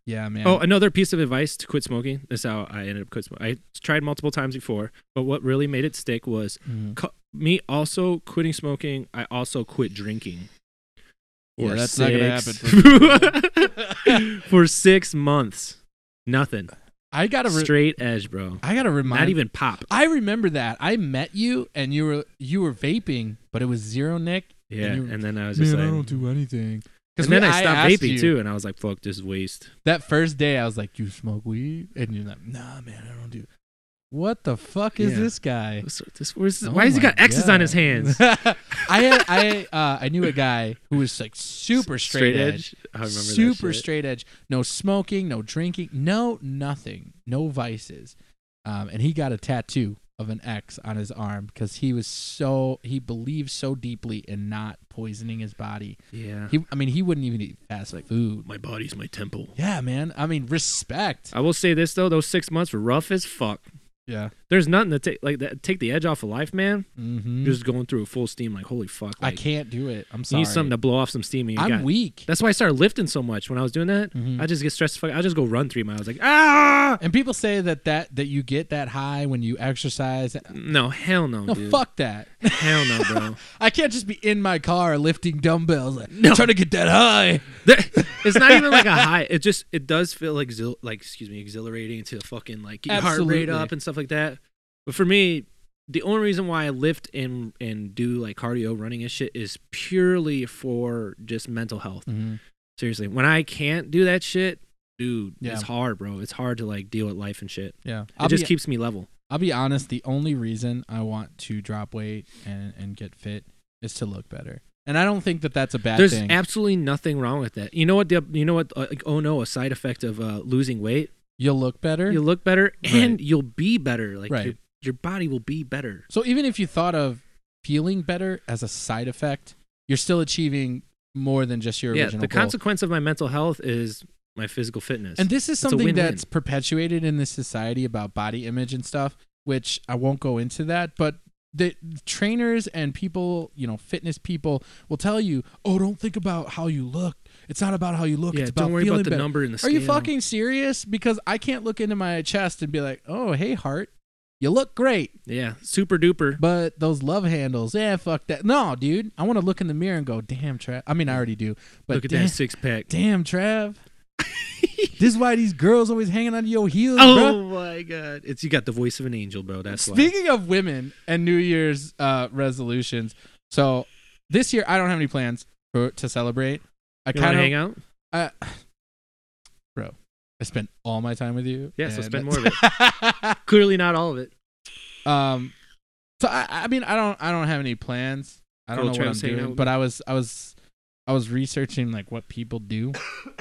Yeah, man.
Oh, another piece of advice to quit smoking. That's how I ended up quit smoking. I tried multiple times before, but what really made it stick was
Mhm.
co- me also quitting smoking. I also quit drinking.
Yeah,
For
that's not gonna
happen. For, six months, nothing.
I gotta re-
Straight edge, bro.
I gotta remind.
Not even pop.
I remember that I met you and you were you were vaping, but it was zero Nick.
Yeah,
And
and,
you-
then I was just like,
do anything.
and then
we-
I stopped
asked
vaping
you,
too, and I was like, fuck this waste.
That first day, I was like, "You smoke weed?" And you're like, "Nah, man, I don't do." What the fuck is
Yeah.
this guy?
What's- this- where's-
Oh
why has he
my
got X's on his
God.
hands?
I I uh, I knew a guy who was like super straight, edge,
I remember that
super
shit.
straight edge. No smoking, no drinking, no nothing, no vices. Um, and he got a tattoo of an X on his arm because he was so he believed so deeply in not poisoning his body.
Yeah.
He, I mean, he wouldn't even eat fast food.
my body's my temple.
Yeah, man. I mean, respect.
I will say this though, those six months were rough as fuck.
Yeah.
There's nothing to take like that take the edge off of life, man.
hmm
Just going through full steam, like holy fuck.
I
Like,
can't do it. I'm
you
sorry.
need something to blow off some steam. And you
I'm
got-
weak.
That's why I started lifting so much when I was doing that.
Mhm.
I just get stressed. the Fuck, I just go run three miles. Like ah,
And people say that that that you get that high when you exercise.
no hell no,
No,
dude.
fuck that.
hell no, bro.
I can't just be in my car lifting dumbbells, like,
No.
trying to get that high.
That- it's not even like a high. It just it does feel like exhil- like excuse me exhilarating to fucking like get your heart rate
Absolutely.
up and stuff like that. But for me, the only reason why I lift and and do like cardio, running and shit is purely for just mental health. Seriously, when I can't do that shit, dude,
Yeah.
it's hard, bro. It's hard to like deal with life and shit.
Yeah,
It
I'll
just
be,
keeps me level.
I'll be honest. The only reason I want to drop weight and and get fit is to look better. And I don't think that that's a bad
There's
thing.
absolutely nothing wrong with that. You know what? The, you know what? uh, like, oh no, a side effect of uh, losing weight.
You'll look better.
You look better
Right.
and you'll be better. Like
Right.
your, your body will be better.
so even if you thought of feeling better as a side effect, you're still achieving more than just your
yeah,
original
the
goal.
consequence of my mental health is my physical fitness.
And this is
a
something
win-win.
that's perpetuated in this society about body image and stuff, which I won't go into that, but the trainers and people, you know, fitness people will tell you, "Oh, don't think about how you look. It's not about how you look.
yeah,
it's about
don't worry
feeling
about the
better."
number and the
Are
scale.
you fucking serious? Because I can't look into my chest and be like, "Oh, hey heart, you look great."
Yeah, super duper.
But those love handles, yeah, fuck that. No, dude, I want to look in the mirror and go, "Damn, Trav." I mean, I already do, but
Look at
damn-
that six pack.
Damn, Trav. this is why these girls always hanging on to your heels,
Oh my god, it's you got the voice of an angel, bro.
bro.
That's
Speaking of women and New Year's uh, resolutions, so this year I don't have any plans for, to celebrate. I
why. You want
kind
to
of,
hang out?
I, bro, I spent all my time with you.
Yeah, so
and-
spend more of Clearly not all of it.
um, so I, I mean, I don't, I don't have any plans. I don't
Cool,
know what I'm
Travis, hanging out
doing,
with
but I was, I was, I was researching like what people do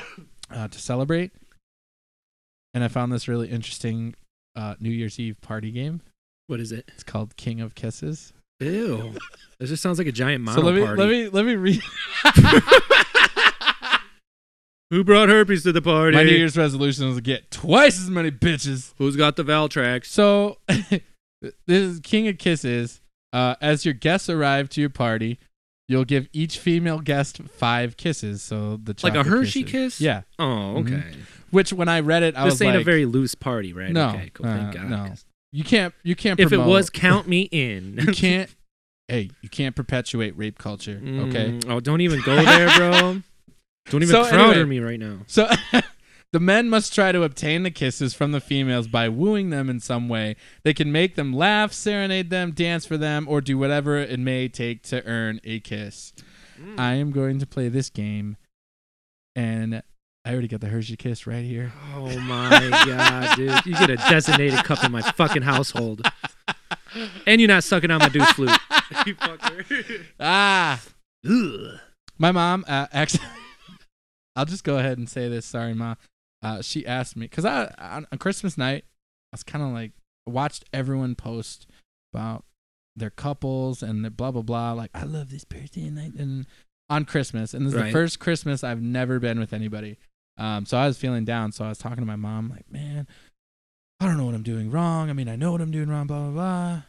uh, to celebrate, and I found this really interesting uh, New Year's Eve party game.
What is it?
It's called King of Kisses.
Ew. This just sounds like a giant mono
so let me
party.
let me let me read
Who brought herpes to the party?
my New Year's resolution is to get twice as many bitches.
Who's got the Valtrax?
So this is King of Kisses. Uh, as your guests arrive to your party, you'll give each female guest five kisses. So the
Like a
chocolate
Hershey
kisses.
kiss?
Yeah.
Oh, okay.
Which when I read it, Mm-hmm. I
this
was
ain't
like,
a very loose party, right?
No,
Okay, cool. Thank
uh,
God.
no. you can't you can't
If it
promote-
was, count me in.
you can't hey you can't perpetuate rape culture. Okay.
Mm, Oh, don't even go there, bro. Don't even
So,
crowd
anyway.
me right now.
So the men must try to obtain the kisses from the females by wooing them in some way. They can make them laugh, serenade them, dance for them, or do whatever it may take to earn a kiss. I am going to play this game, and I already got the Hershey kiss right here.
Oh my god, dude! You get a designated cup in my fucking household, and you're not sucking on my dude's flute. you fucker.
Ah,
Ugh.
my mom uh, actually. I'll just go ahead and say this. Sorry, ma. Uh, she asked me because I on, on Christmas night I was kind of like watched everyone post about their couples and their blah blah blah. Like I love this person and, I, and on Christmas and this is the
Right.
first Christmas I've never been with anybody. Um, so I was feeling down. So I was talking to my mom like, man, I don't know what I'm doing wrong. I mean, I know what I'm doing wrong. Blah blah blah.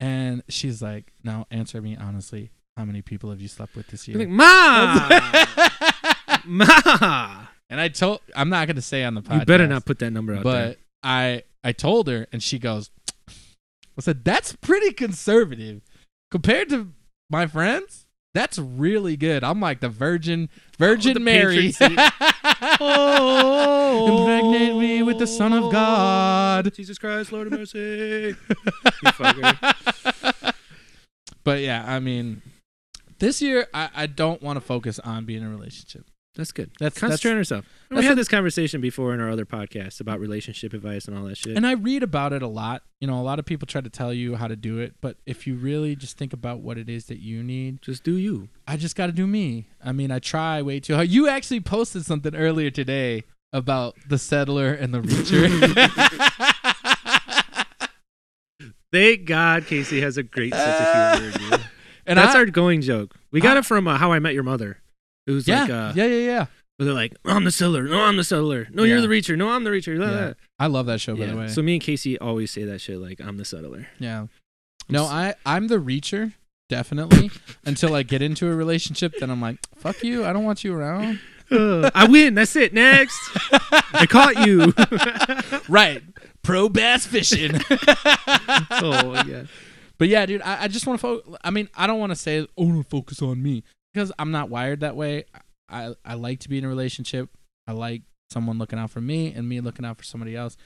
And she's like, now answer me honestly. How many people have you slept with this year?
You're like, ma, ma.
And I told I'm not gonna say on the podcast.
You better not put that number out
but
there.
I I told her and she goes, I said, That's pretty conservative. Compared to my friends, that's really good. I'm like the Virgin Virgin
the
Mary. Oh.
patron saint.
Impregnate me with the Son of God.
Jesus Christ, Lord of mercy. you fucker.
but yeah, I mean this year I, I don't want to focus on being in a relationship.
That's good.
That's that's
Concentrate on yourself. We
that's
had this conversation before in our other podcast about relationship advice and all that shit.
and I read about it a lot. You know, a lot of people try to tell you how to do it, but if you really just think about what it is that you need,
Just do you.
I just got to do me. I mean, I try way too hard. You actually posted something earlier today about the settler and the reacher.
Thank God Casey has a great sense of humor. dude.
and
That's
I,
our going joke. We got
I-
it from uh, How I Met Your Mother. It was
yeah,
like, uh,
yeah, yeah, yeah.
where they're like, I'm the seller. No, I'm the seller. No,
Yeah.
you're the reacher. No, I'm the reacher. blah,
Yeah.
blah."
I love that show, by
Uh, Yeah.
the way.
So me and Casey always say that shit like, I'm the settler.
yeah. No, I, I'm the reacher, definitely, until I get into a relationship. Then I'm like, fuck you. I don't want you around.
Uh, I win. That's it. Next. I caught you.
Right. Pro bass fishing.
oh, my God.
But yeah, dude, I, I just want to focus. I mean, I don't want to say, oh, no, focus on me because I'm not wired that way. I, I like to be in a relationship. I like someone looking out for me and me looking out for somebody else.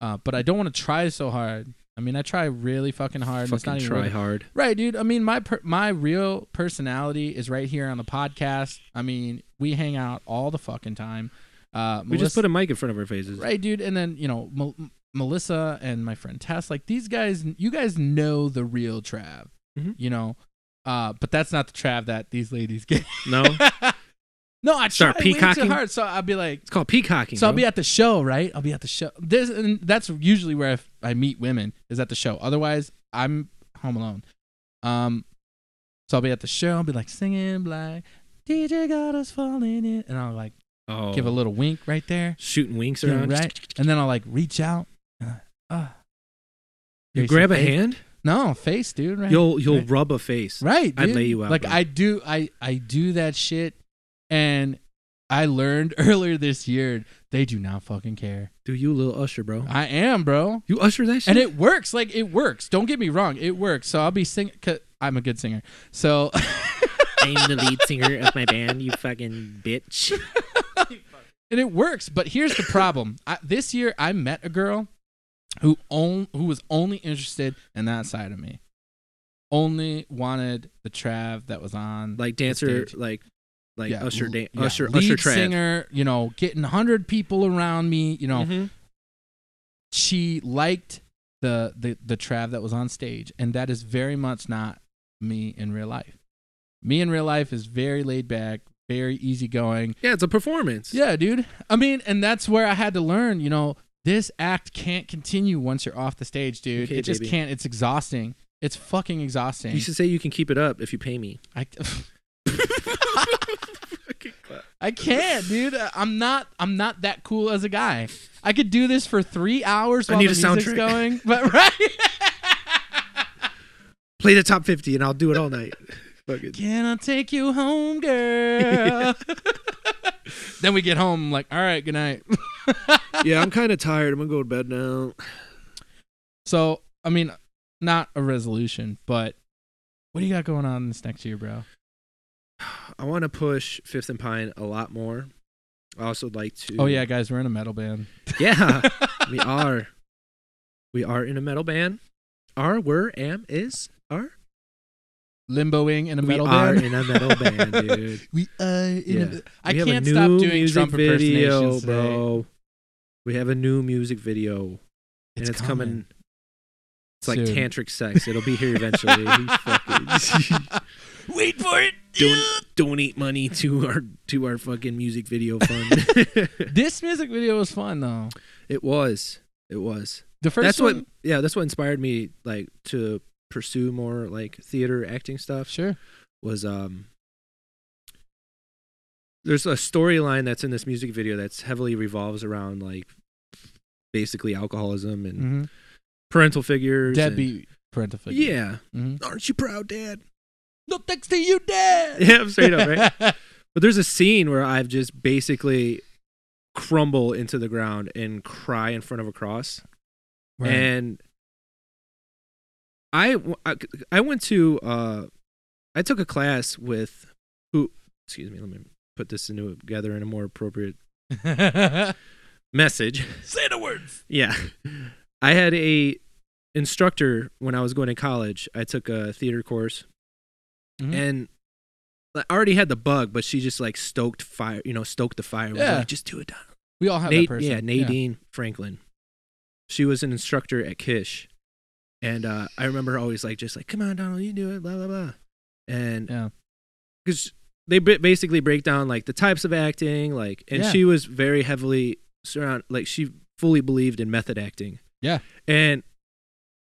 Uh, but I don't want to try so hard. I mean, I try really fucking hard. and it's not
Fucking
even
try
worth it.
hard.
Right, dude. I mean, my per- my real personality is right here on the podcast. I mean, we hang out all the fucking time. Uh,
We just put a mic in front of our faces.
right dude and then you know Mel- M- melissa and my friend tess like these guys you guys know the real trav
Mhm.
you know uh but that's not the trav that these ladies get
No? It's
no i
Start
try way too
peacocking?
hard so i'll be like
called peacocking.
so i'll
bro.
be at the show right i'll be at the show this and that's usually where I, f- I meet women is at the show otherwise i'm home alone um so i'll be at the show i'll be like singing like dj got us falling in and i'll like
oh.
give a little wink right there
shooting winks
Yeah,
around.
right? And then I'll like reach out. And I, uh,
You grab a hand.
No, face, dude. Right.
You'll you'll
Right.
rub a face.
right.
I'd
dude.
lay you out,
Like
bro.
I do. I I do that shit, and I learned earlier this year they do not fucking care.
Do you little usher, bro?
I am, bro.
You usher that shit.
Uh, And it works. Like it works. Don't get me wrong. It works. So I'll be singing. I'm a good singer. So
I'm the lead singer of my band. You fucking bitch.
and it works. But here's the problem. I, this year, I met a girl who on, who was only interested in that side of me, only wanted the Trav that was on
Like
the
dancer,
stage.
like like
Yeah,
usher,
l-
dan-
yeah,
usher,
lead
usher, Trav.
singer. You know, getting hundred people around me. You know,
Mhm.
she liked the, the the Trav that was on stage, and that is very much not me in real life. Me in real life is very laid back, very easygoing.
Yeah, it's a performance.
Yeah, dude. I mean, and that's where I had to learn, you know, This act can't continue once you're off the stage, dude.
Okay,
it just
baby.
can't. It's exhausting. It's fucking exhausting.
You should say you can keep it up if you pay me.
I, I can't, dude. Uh, I'm not. I'm not that cool as a guy. I could do this for three hours
I
while
need
the
a
music's
soundtrack.
going, but right,
Play the top 50 and I'll do it all night. Fuck it.
can I take you home, girl? then we get home, like, all right, good night.
Yeah, I'm kind of tired. I'm going to go to bed now.
So, I mean, not a resolution, but what do you got going on this next year, bro?
I want to push Fifth and Pine a lot more. I also like to.
Oh yeah, guys, we're in a metal band.
Yeah, we are. We are in a metal band. Are, were, am, is, are.
Limboing in a metal
we
band.
are in a metal band, dude.
We uh, in
Yeah.
a, I
We have a
can't stop
new
doing
music
Trump
video,
impersonations today.
bro. We have a new music video, and it's coming. It's like
soon.
tantric sex. It'll be here eventually. He's fucking-
Wait for it.
Don't donate money to our to our fucking music video fund.
This music video was fun though.
it was. It was.
The first
that's
one,
what yeah that's what inspired me like to pursue more like theater acting stuff
sure.
was um there's a storyline that's in this music video that's heavily revolves around like basically alcoholism and
Mm-hmm.
parental figures and-
Deadbeat parental figure.
yeah
Mhm.
aren't you proud dad
No thanks to you, Dad.
yeah straight up right but there's a scene where i've just basically crumble into the ground and cry in front of a cross
Right.
and I, w- I- I went to uh I took a class with who excuse me let me put this into together in a more appropriate message
Say the words.
yeah I had a instructor when I was going to college I took a theater course
Mhm.
and I already had the bug but she just like stoked fire you know stoked the fire was
Yeah.
like, just do it Donna."
We all have
Nate-
that person.
Yeah, Nadine Franklin. She was an instructor at Kish, and uh, I remember her always like just like, "Come on, Donald, you do it," blah blah blah, and
Yeah.
because they ba- basically break down like the types of acting, like, and
Yeah.
she was very heavily surround like she fully believed in method acting.
Yeah.
and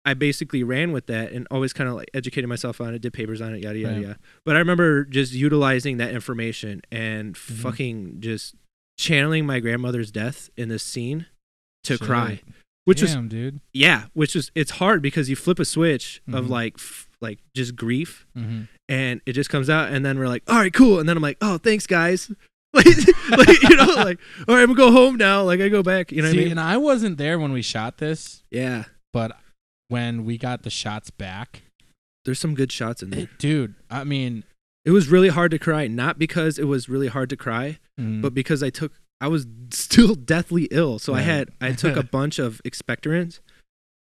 I basically ran with that and always kind of like educated myself on it, did papers on it, yada yada
Right.
yada. But I remember just utilizing that information and
Mm-hmm.
fucking just channeling my grandmother's death in this scene to
Shit.
cry, which was
Damn, dude.
yeah, which is it's hard because you flip a switch
Mhm.
of like f- like just grief
Mm-hmm.
and it just comes out and then we're like all right cool and then I'm like oh thanks guys like, like, you know like all right I'm gonna go home now like I go back you know
See,
what I mean
and I wasn't there when we shot this,
yeah
but when we got the shots back,
there's some good shots in there
dude. I mean,
it was really hard to cry not because it was really hard to cry
mm,
but because I took I was still deathly ill, so I
Right.
had I took a bunch of expectorants.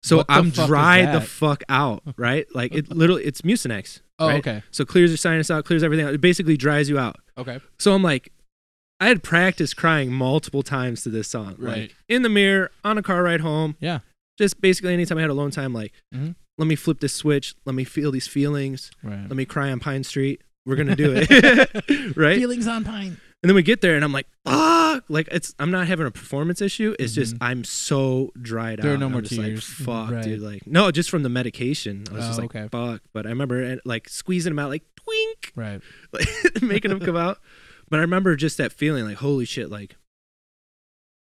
So
What the
I'm
fuck is
dry the
that?
fuck out, right? Like it literally it's mucinex.
oh,
right?
okay,
So clears your sinus out, clears everything out. It basically dries you out.
okay,
So I'm like I had practiced crying multiple times to this song.
Right.
Like in the mirror, on a car ride home.
Yeah.
Just basically anytime I had alone time, like
Mhm.
let me flip this switch, let me feel these feelings,
right.
let me cry on Pine Street. We're gonna do it. right?
Feelings on pine.
And then we get there, and I'm like, fuck! Like it's, I'm not having a performance issue. It's just
Mhm.
I'm so dried
There are
out.
no
I'm
more
just like,
tears.
fuck,
Right.
dude. Like, no, just from the medication. I was
Oh,
just like,
okay.
fuck. But I remember eh, like squeezing them out, like twink,
Right.
like, making them come out. But I remember just that feeling, like, holy shit, like,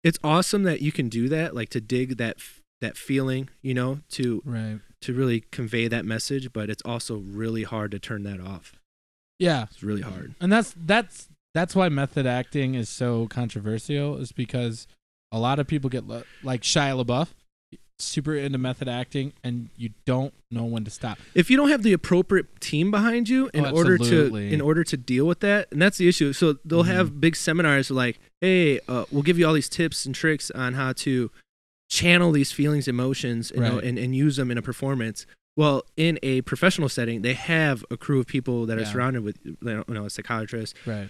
it's awesome that you can do that, like, to dig that f- that feeling, you know, to
Right.
to really convey that message. But it's also really hard to turn that off.
Yeah.
It's really hard.
And that's that's that's why method acting is so controversial is because a lot of people get le- like Shia LaBeouf super into method acting and you don't know when to stop.
if you don't have the appropriate team behind you in
Oh,
order to
absolutely.
in order to deal with that and that's the issue so they'll
Mhm.
have big seminars like hey uh, we'll give you all these tips and tricks on how to channel these feelings emotions you know,
Right.
and, and use them in a performance well in a professional setting they have a crew of people that are
Yeah.
surrounded with you know you know, a psychiatrist
Right.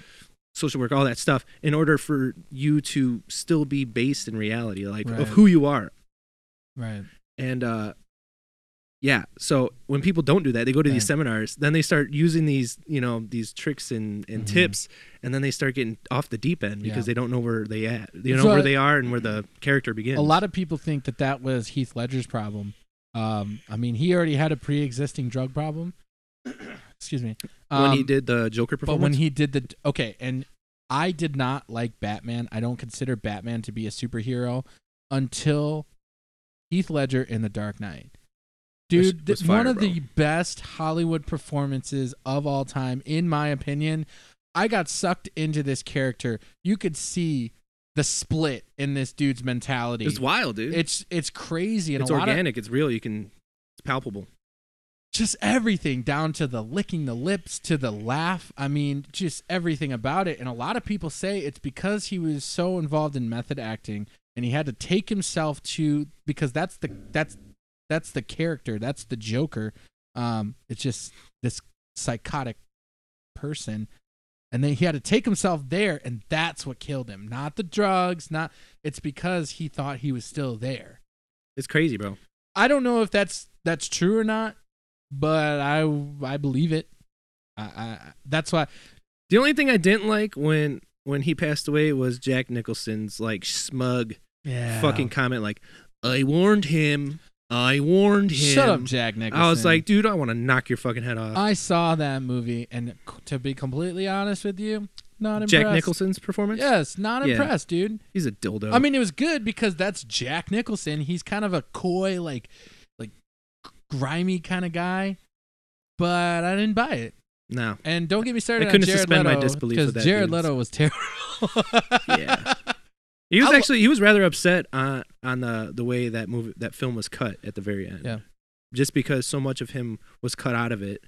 social work all that stuff in order for you to still be based in reality like
Right.
of who you are
Right.
and uh Yeah. So when people don't do that, they go to these
Yeah.
seminars, then they start using these, you know, these tricks and, and
Mhm.
tips, and then they start getting off the deep end because
Yeah.
they don't know where they at. You know
So I-
where they are and where the character begins.
A lot of people think that that was Heath Ledger's problem. Um, I mean, he already had a pre-existing drug problem. Excuse me. Um,
when he did the Joker
but
performance.
when he did the okay, and I did not like Batman. I don't consider Batman to be a superhero until Heath Ledger in The Dark Knight.
Which
Dude,
was
th- one
fire,
of
bro.
the best Hollywood performances of all time, in my opinion. I got sucked into this character. You could see the split in this dude's mentality.
it's wild, dude.
It's it's crazy and
it's
a lot of
organic. it's real. You can. It's palpable.
just everything down to the licking the lips to the laugh. I mean, just everything about it. And a lot of people say it's because he was so involved in method acting and he had to take himself to because that's the that's that's the character, that's the Joker. Um, it's just this psychotic person. And then he had to take himself there, and that's what killed him. Not the drugs, not it's because he thought he was still there.
It's crazy, bro.
I don't know if that's that's true or not, but I I believe it. I, I that's why
The only thing I didn't like when when he passed away was Jack Nicholson's like smug
yeah
fucking comment, like "I warned him, I warned him."
shut up, Jack Nicholson.
I was like, uh, dude, I want to knock your fucking head off.
I saw that movie, and c- to be completely honest with you, not impressed.
Jack Nicholson's performance.
Yes, not
Yeah. Oh.
impressed, dude.
he's a dildo.
I mean, it was good because that's Jack Nicholson. He's kind of a coy, like like grimy kind of guy, but I didn't buy it.
no,
And don't get me started
I couldn't
on Jared
suspend my
Leto
disbelief
because
with that
Jared
dude.
Leto was terrible.
Yeah. he was
I'll-
actually he was rather upset on on the the way that movie that film was cut at the very end.
Yeah.
just because so much of him was cut out of it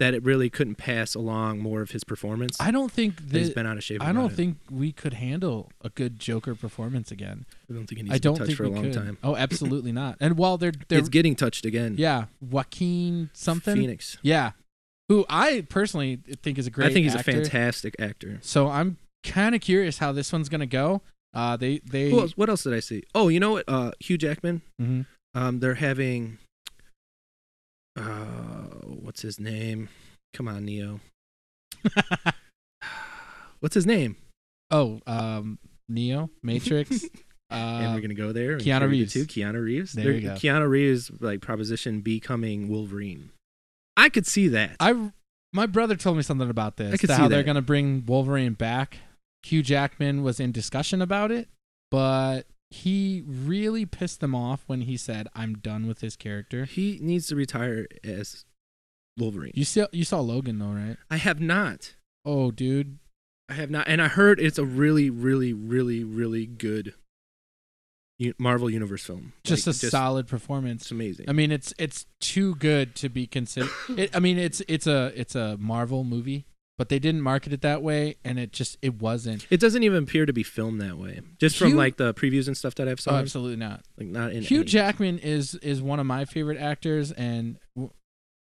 that it really couldn't pass along more of his performance.
I don't think
he's
this.
been out of shape.
I
about
don't
it.
think we could handle a good Joker performance again.
I don't think it needs
I don't
to be
think
touched for a
we
long
could.
time.
Oh, absolutely not. And while they're they're
it's getting touched again.
yeah, Joaquin something.
Phoenix.
Yeah, who I personally think is a great.
I think he's
actor.
a fantastic actor.
So I'm kind of curious how this one's gonna go. Uh, they they.
Who else, what else did I see? Oh, you know what? Uh, Hugh Jackman.
Mhm.
Um, they're having. Uh, what's his name? Come on, Neo. What's his name?
oh, um, Neo, Matrix. uh,
and we're gonna go there. and
Keanu
here we go
Reeves.
Too. Keanu Reeves.
There
They're-
you go.
Keanu Reeves, like proposition becoming Wolverine. I could see that.
I my brother told me something about this.
I could
that
see
how they're
that.
gonna bring Wolverine back. Hugh Jackman was in discussion about it, but he really pissed them off when he said, "I'm done with this character."
he needs to retire as Wolverine.
You saw you saw Logan though, right?
I have not.
Oh, dude,
I have not, and I heard it's a really, really, really, really good u- Marvel Universe film.
just
Like,
a solid performance.
It's amazing.
I mean, it's it's too good to be considered. It, I mean, it's it's a it's a Marvel movie, but they didn't market it that way, and it just it wasn't.
it doesn't even appear to be filmed that way. Just from
Hugh-
like the previews and stuff that I've
Oh,
saw, it's,
absolutely not.
like not in
Hugh
any-
Jackman is is one of my favorite actors, and w-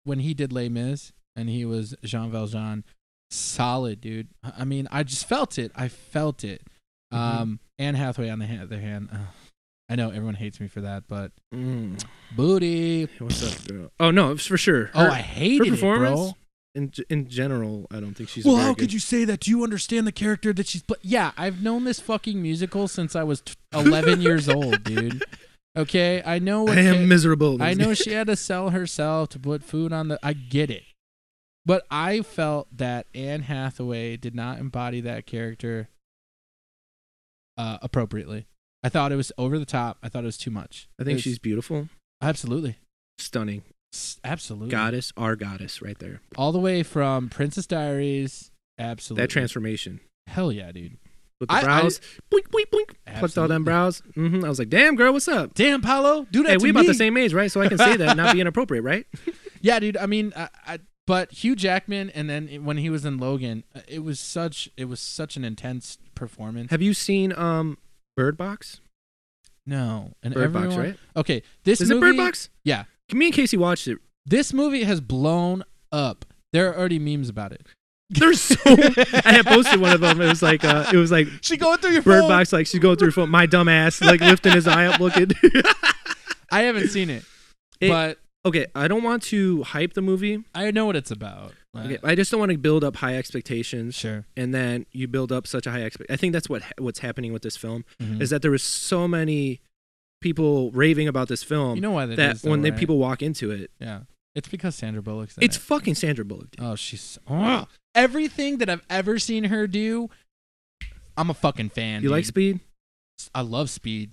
when he did Les Mis and he was Jean Valjean, solid dude. I I mean, I just felt it. I felt it.
Mm-hmm.
Um, Anne Hathaway on the ha- other hand, ugh. I know everyone hates me for that, but
Mm.
booty.
Hey, What's up, girl? Oh no, it's for sure.
Oh,
Her-
I hated it, bro.
performance? in g- in general, I don't think she's.
well, how could you say that? Do you understand the character that she's? But yeah, I've known this fucking musical since I was t- 11 years old, dude. Okay, I know what
I
cha-
am miserable.
I know she had to sell herself to put food on the. I get it, but I felt that Anne Hathaway did not embody that character uh, appropriately. I thought it was over the top. I thought it was too much.
I
It
think
was-
she's beautiful,
absolutely,
stunning,
S- absolutely
goddess, our goddess, right there.
all the way from Princess Diaries. Absolutely,
That transformation
Hell yeah, dude!
with the
I- I-
brows, boink boink boink, plucked all
Absolutely.
them brows. hmm I was like, damn, girl, what's up?
Damn, Paolo, do that
hey,
to
we about
me.
the same age, right? So I can say that, and not be inappropriate, right?
Yeah, dude. I mean, I, I, but Hugh Jackman, and then when he was in Logan, uh, it was such it was such an intense performance.
Have you seen um Bird Box?
No, and
Bird
everyone,
Box, right?
Okay, this
Is
movie,
it Bird Box?
Yeah,
Me and Casey watched it.
this movie has blown up. There are already memes about it.
There's so I had posted one of them. It was like uh, it was like
She going through your
Bird Box, like she's going through her phone. My dumb ass, like lifting his eye up, looking.
I haven't seen it,
It-
but
okay, I don't want to hype the movie.
I know what it's about.
Okay, I just don't want to build up high expectations,
Sure.
and then you build up such a high expect. I think that's what ha- what's happening with this film
Mhm.
is that there was so many people raving about this film
you know why that,
um, that
is, though,
when
right?
the people walk into it,
Yeah. It's because Sandra Bullock's in
it's
it.
fucking Sandra Bullock. dude.
Oh, she's Ugh. everything that I've ever seen her do. I'm a fucking fan.
you like
dude.
Speed?
I love Speed.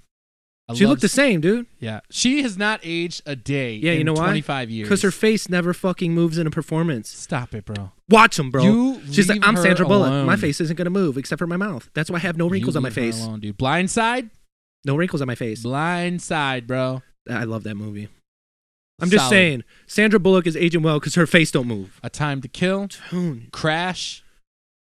I
she
love
looked the
Sp-
same, dude,
Yeah, she has not aged a day.
Yeah, you
in
know why?
25 years.
because her face never fucking moves in a performance.
Stop it, bro.
Watch them, bro.
You
She's like,
leave
I'm
her
Sandra Bullock. My
alone.
face isn't gonna move except for my mouth. That's why I have no
You
wrinkles on my
leave her
face.
alone, dude. Blindside,
No wrinkles on my face.
Blindside, bro.
I love that movie. I'm just
Solid.
saying, Sandra Bullock is aging well because her face don't move.
A Time to Kill,
Tune.
Crash,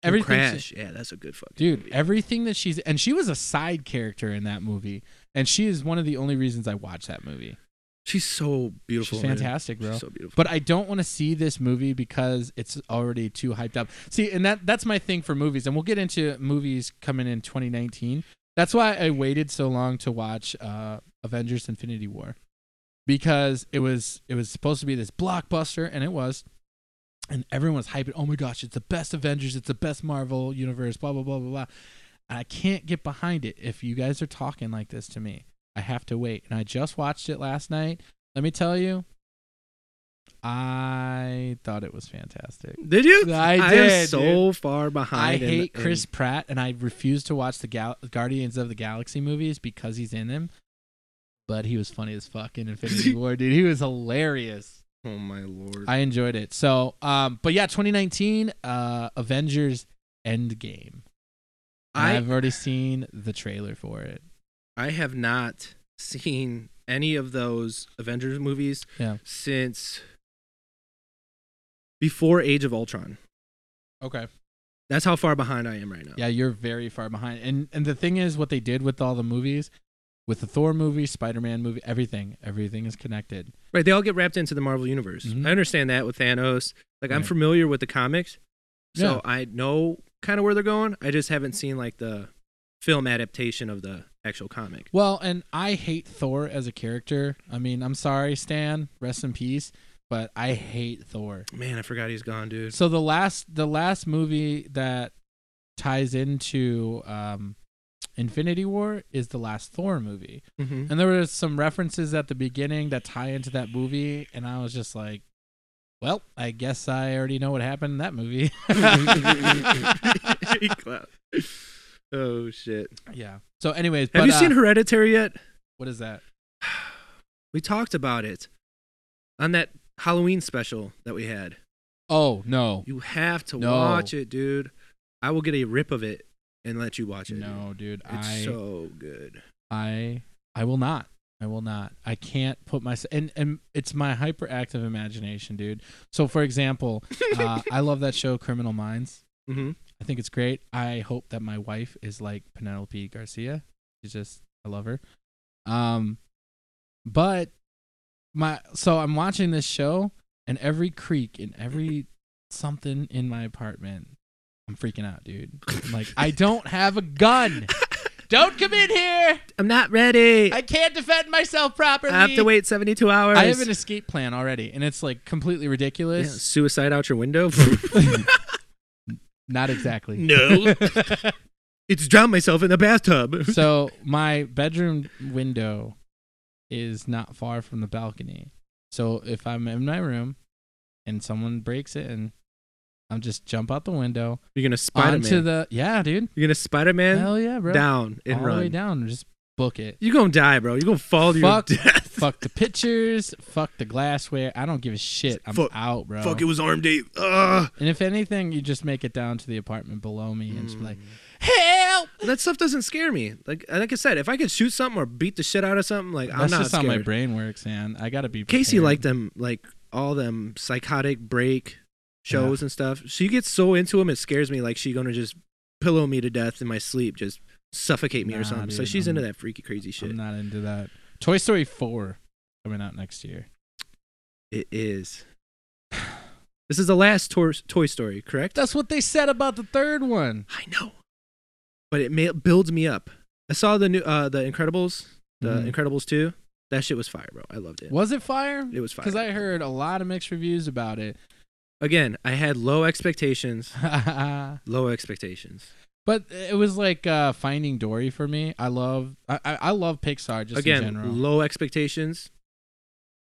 everything. she-
Crash. yeah, that's a good fucking
dude,
movie.
everything that she's and she was a side character in that movie, and she is one of the only reasons I watch that movie.
she's so beautiful.
She's
man.
fantastic, bro.
She's so beautiful.
but I don't want to see this movie because it's already too hyped up. See, and that that's my thing for movies, and we'll get into movies coming in 2019. That's why I waited so long to watch uh, Avengers: Infinity War because it was it was supposed to be this blockbuster, and it was, and everyone was hyping. Oh my gosh, it's the best Avengers! It's the best Marvel universe! Blah blah blah blah blah. And I can't get behind it if you guys are talking like this to me. I have to wait. And I just watched it last night. Let me tell you, I thought it was fantastic.
did you?
I
am
did,
so far
I,
behind. in-
hate
in-
Chris Pratt, and I refuse to watch the Gal- Guardians of the Galaxy movies because he's in them. But he was funny as fuck in Infinity War, dude. He was hilarious.
oh my lord.
I enjoyed it. So, um, but yeah, 2019, uh, Avengers Endgame. I,
I
I've already seen the trailer for it.
I have not seen any of those Avengers movies
Yeah.
since before Age of Ultron.
Okay.
That's how far behind I am right now.
Yeah, you're very far behind. And and the thing is, what they did with all the movies, with the Thor movie, Spider Man movie, everything, everything is connected.
Right, they all get wrapped into the Marvel universe.
Mhm.
I understand that with Thanos. Like I'm
Right.
familiar with the comics, so
Yeah.
I know kind of where they're going. I just haven't seen like the film adaptation of the actual comic.
Well, and I hate Thor as a character. I mean, I'm sorry, Stan. Rest in peace. But I hate Thor.
Man, I forgot he's gone, dude.
So the last the last movie that ties into um, Infinity War is the last Thor movie.
Mm-hmm.
And there were some references at the beginning that tie into that movie, and I was just like, "Well, I guess I already know what happened in that movie."
oh shit.
yeah. So, anyways,
Have
but,
you
uh,
seen Hereditary yet?
What is that?
We talked about it on that Halloween special that we had.
Oh no,
You have to
No.
watch it, dude. I will get a rip of it and let you watch it.
no, dude.
dude. it's
I
so good.
I I will not. I will not. I can't put myself and and it's my hyperactive imagination, dude. So, for example, uh, I love that show, Criminal Minds.
hmm
I think it's great. I hope that my wife is like Penelope Garcia. She's just I love her. Um but my so I'm watching this show and every creak and every something in my apartment, I'm freaking out, dude. I'm like I don't have a gun. Don't come in here.
I'm not ready. I,
I can't defend myself properly.
have to wait 72 hours.
I have an escape plan already and it's like completely
Yeah,
ridiculous.
suicide out your window.
Not exactly.
no, it's drowned myself in the bathtub.
so my bedroom window is not far from the balcony. So if I'm in my room and someone breaks it and I'm just jump out the window
You're gonna Spider
onto
Man.
the yeah, dude.
You're gonna Spider Man
Hell yeah, bro.
down and
All the way
run.
down, and just book it.
You're gonna die, bro. You're gonna fall to
Fuck-
your death.
Fuck the pictures. Fuck the glassware. I don't give a shit. I'm
Fuck-
out, bro.
Fuck, it was arm day. Ugh.
And if anything, you just make it down to the apartment below me and just be like,
Mm.
help.
that stuff doesn't scare me. Like like I said, if I could shoot something or beat the shit out of something, like I'm
That's
not
just
scared.
how my brain works, man. I gotta be.
Casey
prepared.
liked them, like all them psychotic break shows and stuff. She gets so into them, it scares me. Like she gonna just pillow me to death in my sleep, just suffocate me or
Nah,
something. so
dude,
she's
I'm-
into that freaky crazy shit.
I'm not into that. Toy Story 4 coming out next year.
It is. This is the last tor- Toy Story, correct?
That's what they said about the third one.
I know, but it ma- builds me up. I saw the new uh the Incredibles, the
Mhm.
Incredibles two. That shit was fire, bro. I loved it.
Was it fire?
It was fire.
Because I heard a lot of mixed reviews about it.
Again, I had low expectations.
but
Low expectations.
it was like uh, Finding Dory for me. I love I, I I love Pixar just in general.
Again, low expectations.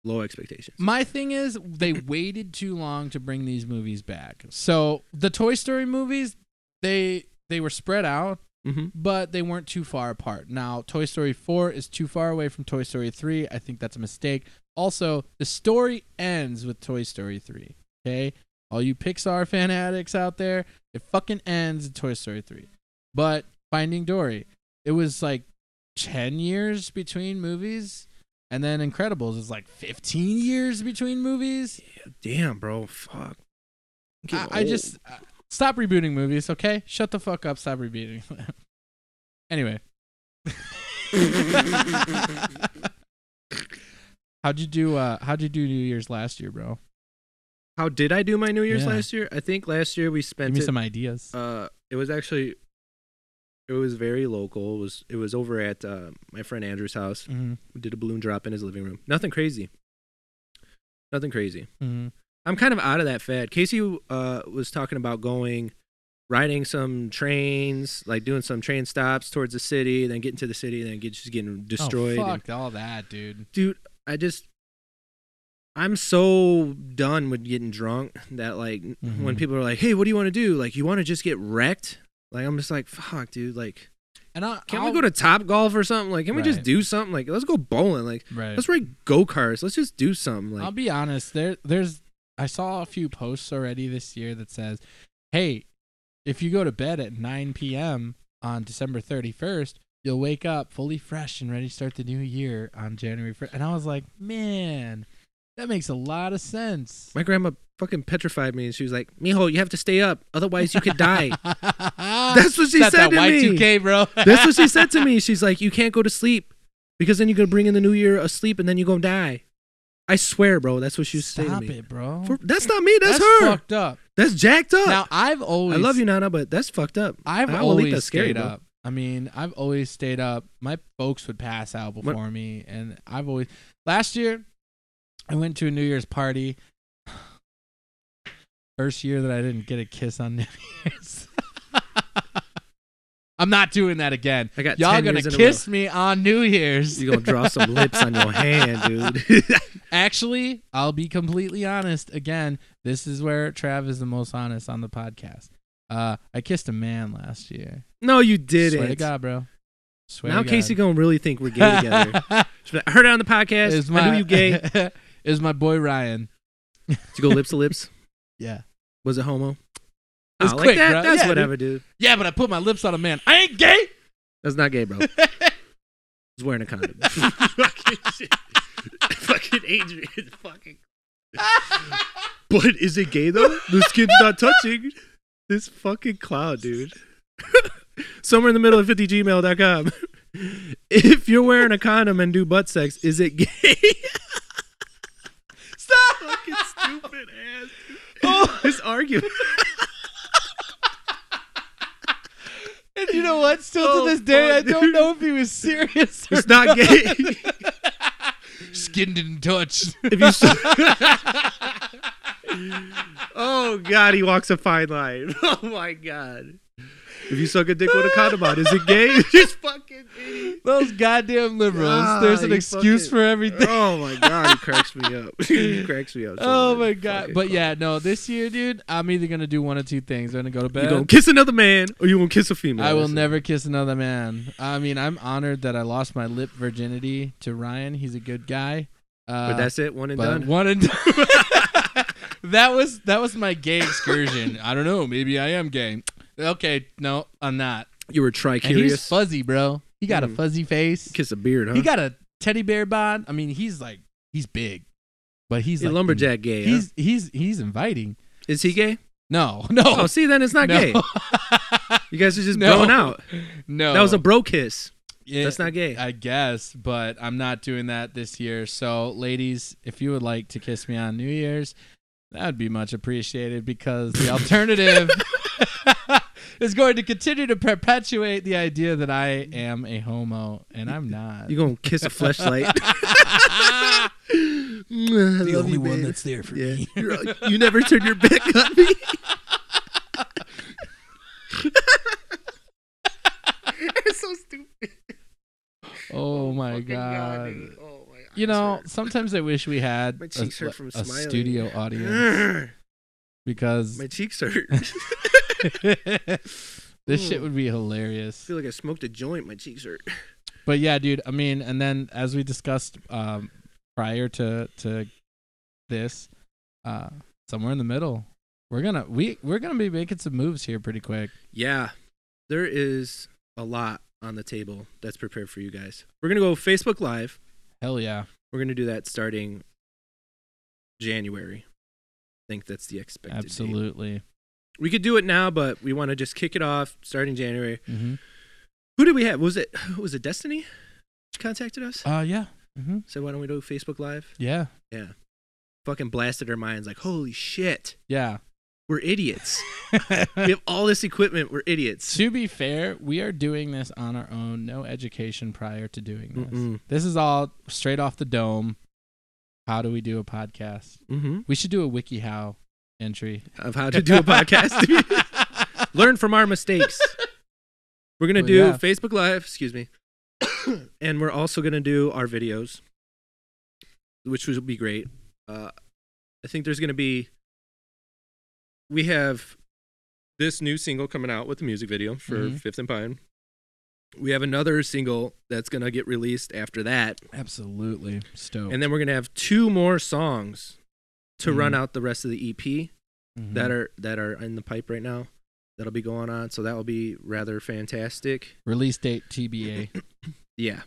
Low expectations.
My thing is they waited too long to bring these movies back. So the Toy Story movies, they they were spread out,
Mm-hmm.
but they weren't too far apart. Now Toy Story 4 is too far away from Toy Story 3. I think that's a mistake. Also, the story ends with Toy Story 3. Okay? All you Pixar fan addicts out there, it fucking ends in Toy Story 3. But Finding Dory, it was like 10 years between movies. And then Incredibles is like 15 years between movies.
Damn, bro. Fuck. Oh,
I, I just uh, stop rebooting movies, okay? Shut the fuck up. Stop rebooting. them. anyway, how'd you do? Uh, how'd you do New Year's last year, bro?
How did I do my New Year's
Yeah.
last year? I think last year we
Give
spent
me
it,
some ideas.
uh it was actually it was very local. It was it was over at uh, my friend Andrew's house.
hmm
We did a balloon drop in his living room. Nothing crazy. Nothing crazy.
hmm
I'm kind of out of that fad. Casey uh, was talking about going, riding some trains, like doing some train stops towards the city, then getting to the city, then get, just getting destroyed.
Oh,
and-
fuck all that, dude.
dude, I just, I'm so done with getting drunk that like when
Mhm.
people are like, hey, what do you want to do? Like, you want to just get wrecked? Like, I'm just like, fuck, dude. Like,
And I
can
I'll-
we go to Top Golf or something? Like, can we just
Right.
do something? Like, let's go bowling. Like,
Right.
let's ride go karts. Let's just do something. Like,
I'll be honest. There, there's. I saw a few posts already this year that says, "Hey, if you go to bed at 9 p.m. on December 31st, you'll wake up fully fresh and ready to start the new year on January 1st." And I was like, "Man, that makes a lot of sense."
My grandma fucking petrified me, and she was like, "Mijo, you have to stay up, otherwise you could die." That's what she
That's
said
that
to me.
Y2K, bro.
That's what she said to me. She's like, "You can't go to sleep because then you're gonna bring in the new year asleep, and then you're gonna die." I swear, bro. That's what she was saying to
Stop
me.
it, bro.
For- that's not me. That's,
That's
her.
fucked up.
That's jacked up.
Now I've always
I love you, Nana, but that's fucked up.
I've
Wow,
always
Lolita's scary,
stayed
bro.
up. I mean, I've always stayed up. My folks would pass out before me, and I've always. Last year, I went to a New Year's party. First year that I didn't get a kiss on New Year's. I'm not doing that again.
I got
Y'all
10
gonna
years in a
kiss me on New
row.
Year's?
You gonna draw some lips on your hand, dude.
Actually, I'll be completely honest. Again, this is where Trav is the most honest on the podcast. Uh, I kissed a man last year.
no, you didn't.
Swear to God, bro. Swear
now
to God.
Casey gonna really think we're gay together. She's like, I heard it on the podcast.
Is
I knew you gay.
is my boy Ryan.
Did you go lips to lips?
Yeah.
Was it homo?
It was
Oh,
quick,
that,
bro.
That's
Yeah, dude.
whatever, dude.
Yeah, but I put my lips on a man. I ain't gay.
That's not gay, bro. I was wearing a condom. fucking Adrian. Fucking. But is it gay though? The skin's not touching. This fucking cloud, dude. Somewhere in the middle of 50gmail.com. If you're wearing a condom and do butt sex, is it gay?
Stop.
fucking stupid ass. Oh, this argument.
And you know what? Still
Oh,
to this day, I
fuck,
don't
dude.
know if he was serious. Or
It's not gay.
Skin didn't touch.
If you oh God, he walks a fine line. Oh my God. If you suck a dick with a condom on, is it gay? Just fucking idiot.
Those goddamn liberals.
Ah,
There's an
you
excuse
fucking-
for everything.
Oh my God, he cracks me up. he cracks me up. so
Oh
much.
my god!
Fucking
But
fuck.
yeah, no. This year, dude, I'm either gonna do one of two things. I'm gonna go to bed.
you gonna kiss another man or you gonna kiss a female?
I will
That's it.
never kiss another man. I mean, I'm honored that I lost my lip virginity to Ryan. He's a good guy. Uh,
But that's it. One and
but
done.
one and done. that was that was my gay excursion. I don't know. Maybe I am gay. Okay, no, I'm not.
you were
And he's
tricurious.
fuzzy, bro. He got a
Mm.
fuzzy face.
Kiss a beard, huh?
He got a teddy bear bod. I mean, he's like he's big, but he's
He's
like
lumberjack gay. huh?
He's he's he's inviting.
Is he gay?
No, no,
Oh, see, then it's not
no.
gay. You guys are just
No.
blown out.
no,
That was a bro kiss.
Yeah.
That's not gay.
I guess, but I'm not doing that this year. So, ladies, if you would like to kiss me on New Year's, that would be much appreciated because the alternative is going to continue to perpetuate the idea that I am a homo, and I'm not.
You gonna kiss a flashlight?
the only one that's there for
yeah.
me.
You're- you never turn your back on me. It's so stupid.
Oh my
Fucking
god.
dude. Oh my god.
You
I
know,
swear.
sometimes I wish we had
My
a,
cheeks hurt from
a
smiling.
studio audience
Urgh.
because
My cheeks hurt. I
this shit
Ooh.
would be hilarious.
feel like I smoked a joint. My cheeks hurt.
But yeah, dude, I mean, and then as we discussed um, prior to to this, uh, somewhere in the middle, we're gonna we we're gonna be making some moves here pretty quick.
Yeah, there is a lot on the table that's prepared for you guys. We're gonna go Facebook Live.
Hell yeah,
We're gonna do that starting January. I think that's the expected. date.
absolutely.
We could do it now, but we want to just kick it off starting January.
hmm
Who did we have? Was it was it Destiny? Contacted us.
Uh yeah, hmm
Said why don't we do Facebook Live?
yeah,
Fucking blasted our minds like holy shit,
yeah.
we're idiots. we have all this equipment, we're idiots.
to be fair, we are doing this on our own, no education prior to doing this.
Mm-mm.
This is all straight off the dome. How do we do a podcast?
Mm-hmm.
We should do a WikiHow entry.
Of how to do a podcast. learn from our mistakes. we're gonna
Well,
do
yeah.
Facebook Live, excuse me, and we're also gonna do our videos, which will be great. Uh, I think there's gonna be. We have this new single coming out with the music video for
Mhm.
Fifth and Pine. We have another single that's gonna get released after that,
Absolutely stoked.
and then we're gonna have two more songs to run
Mhm.
out the rest of the E EP
Mhm.
that are that are in the pipe right now that'll be going on so that will be rather fantastic
release date TBA.
yeah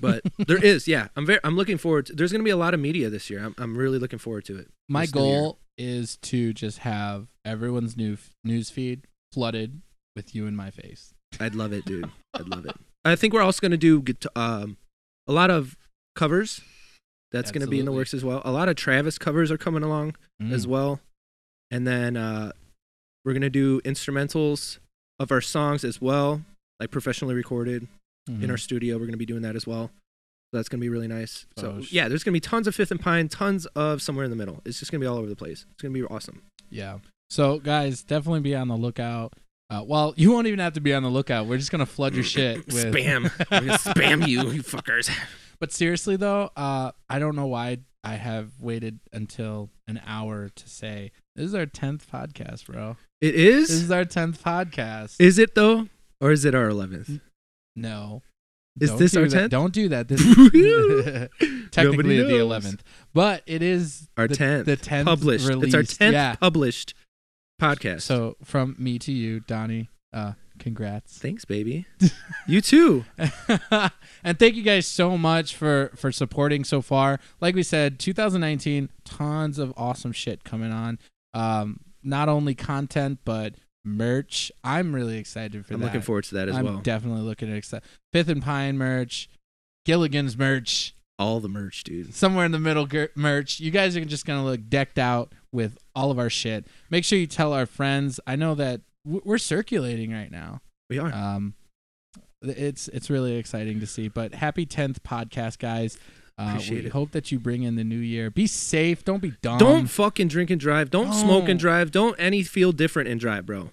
but there is yeah i'm very i'm looking forward to there's going to be a lot of media this year i'm, I'm really looking forward to it
My
Rest of the year.
goal is to just have everyone's new news feed flooded with you in my face.
i'd love it dude i'd love it i think we're also going to do guita- um, a lot of covers that's going to be in the
Absolutely. Mm.
works as well a lot of travis covers are coming along as well. And then uh, we're going to do instrumentals of our songs as well, like professionally recorded
Mm-hmm.
in our studio. We're going to be doing that as well. So that's going to be really nice. So,
Oh, sh-
yeah, there's going to be tons of Fifth and Pine, tons of Somewhere in the Middle. It's just going to be all over the place. It's going to be awesome.
Mm-hmm. yeah. So guys, definitely be on the lookout. Uh, well, you won't even have to be on the lookout. We're just gonna flood your shit with
Mm. Spam. We're going to spam you, you fuckers.
But seriously though, uh, I don't know why I have waited until an hour to say this is our tenth podcast, bro.
It
This
is?
is our tenth podcast.
Is it, though? Or is it our 11th?
no,
Is
Don't
this
do
our
that.
10th?
Don't do that. This
Nobody
technically the
knows.
eleventh, but it is
Our
the,
10th.
The tenth
Published.
Released.
It's our 10th
Yeah.
published podcast.
So from me to you, Donnie. Uh, congrats.
Thanks, baby. you too.
and thank you guys so much for for supporting so far. Like we said, 2019, tons of awesome shit coming on. Um, not only content but merch. I'm really excited for
I'm
that.
looking forward to that as
I'm
well.
definitely looking at exci- Fifth and Pine merch, Gilligan's merch,
All the merch, dude.
somewhere in the middle ger- merch. You guys are just gonna look decked out with all of our shit. Make sure you tell our friends. I know that w- we're circulating right now
We are.
um th- it's it's really exciting to see but happy 10th podcast guys uh,
Appreciate
we
it.
hope that you bring in the new year be safe don't be dumb
don't fucking drink and drive. Don't smoke
don't.
and drive. Don't any feel different and drive, bro.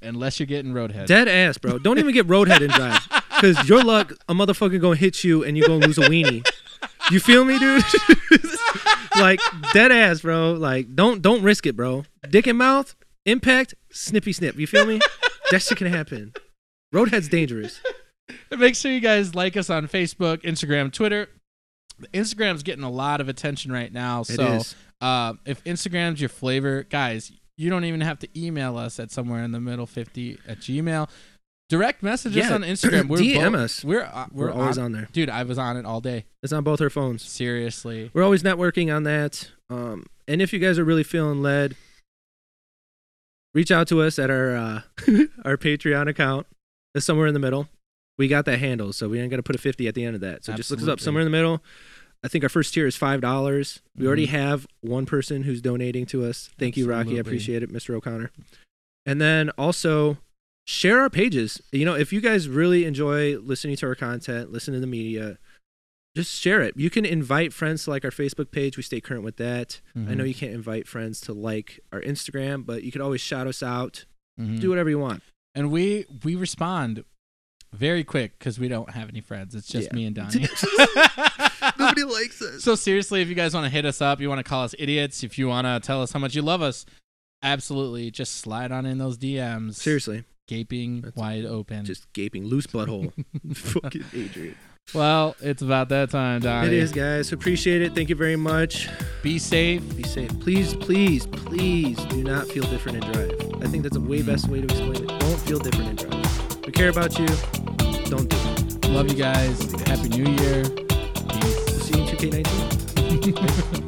unless you're getting roadhead
Dead ass, bro. Don't even get roadhead and drive. Cause your luck, a motherfucker gonna hit you and you gonna lose a weenie. You feel me, dude? like dead ass, bro. Like don't don't risk it, bro. Dick and mouth, impact, snippy snip. You feel me? that shit can happen. Roadhead's dangerous.
make sure you guys like us on facebook instagram twitter instagram's getting a lot of attention right now
It is.
so uh, if instagram's your flavor guys you don't even have to email us at somewhere in the middle 50 at gmail direct message us
Yeah.
on instagram we're
DM
both-
us.
we're, uh,
We're,
we're,
always
on,
on there.
dude i was on it all day
It's on both our phones.
seriously
We're always networking on that. Um, and if you guys are really feeling led, reach out to us at our uh, our Patreon account. That's somewhere in the middle. We got that handle, so we ain't got to put a fifty at the end of that. So just look us up
Absolutely. Mm-hmm.
somewhere in the middle. I think our first tier is five dollars. We already have one person who's donating to us. Thank you, Rocky. I
Absolutely.
appreciate it, Mr. O'Connor. And then also share our pages. You know, if you guys really enjoy listening to our content, listen to the media, just share it. You can invite friends to like our Facebook page. We stay current with that. I know you can't invite friends to like our Instagram, but you could always shout us out.
Mhm.
Do whatever you want.
and we we respond very quick because we don't have any friends. It's just
Yeah.
me and Donnie.
Nobody likes us.
so seriously, if you guys want to hit us up, you want to call us idiots, if you want to tell us how much you love us, absolutely, just slide on in those DMs.
Seriously,
gaping
That's-
wide open.
just gaping loose butthole. Fucking Adrian.
well, it's about that time, Donnie.
It is, guys. Appreciate it. Thank you very much.
Be safe.
Be safe. Please, please, please do not feel different and drive. I think that's a way best way to explain it. Don't feel different and drive. We care about you. Don't do it.
Love you guys. Happy New Year. Peace.
We'll see you in 2K19.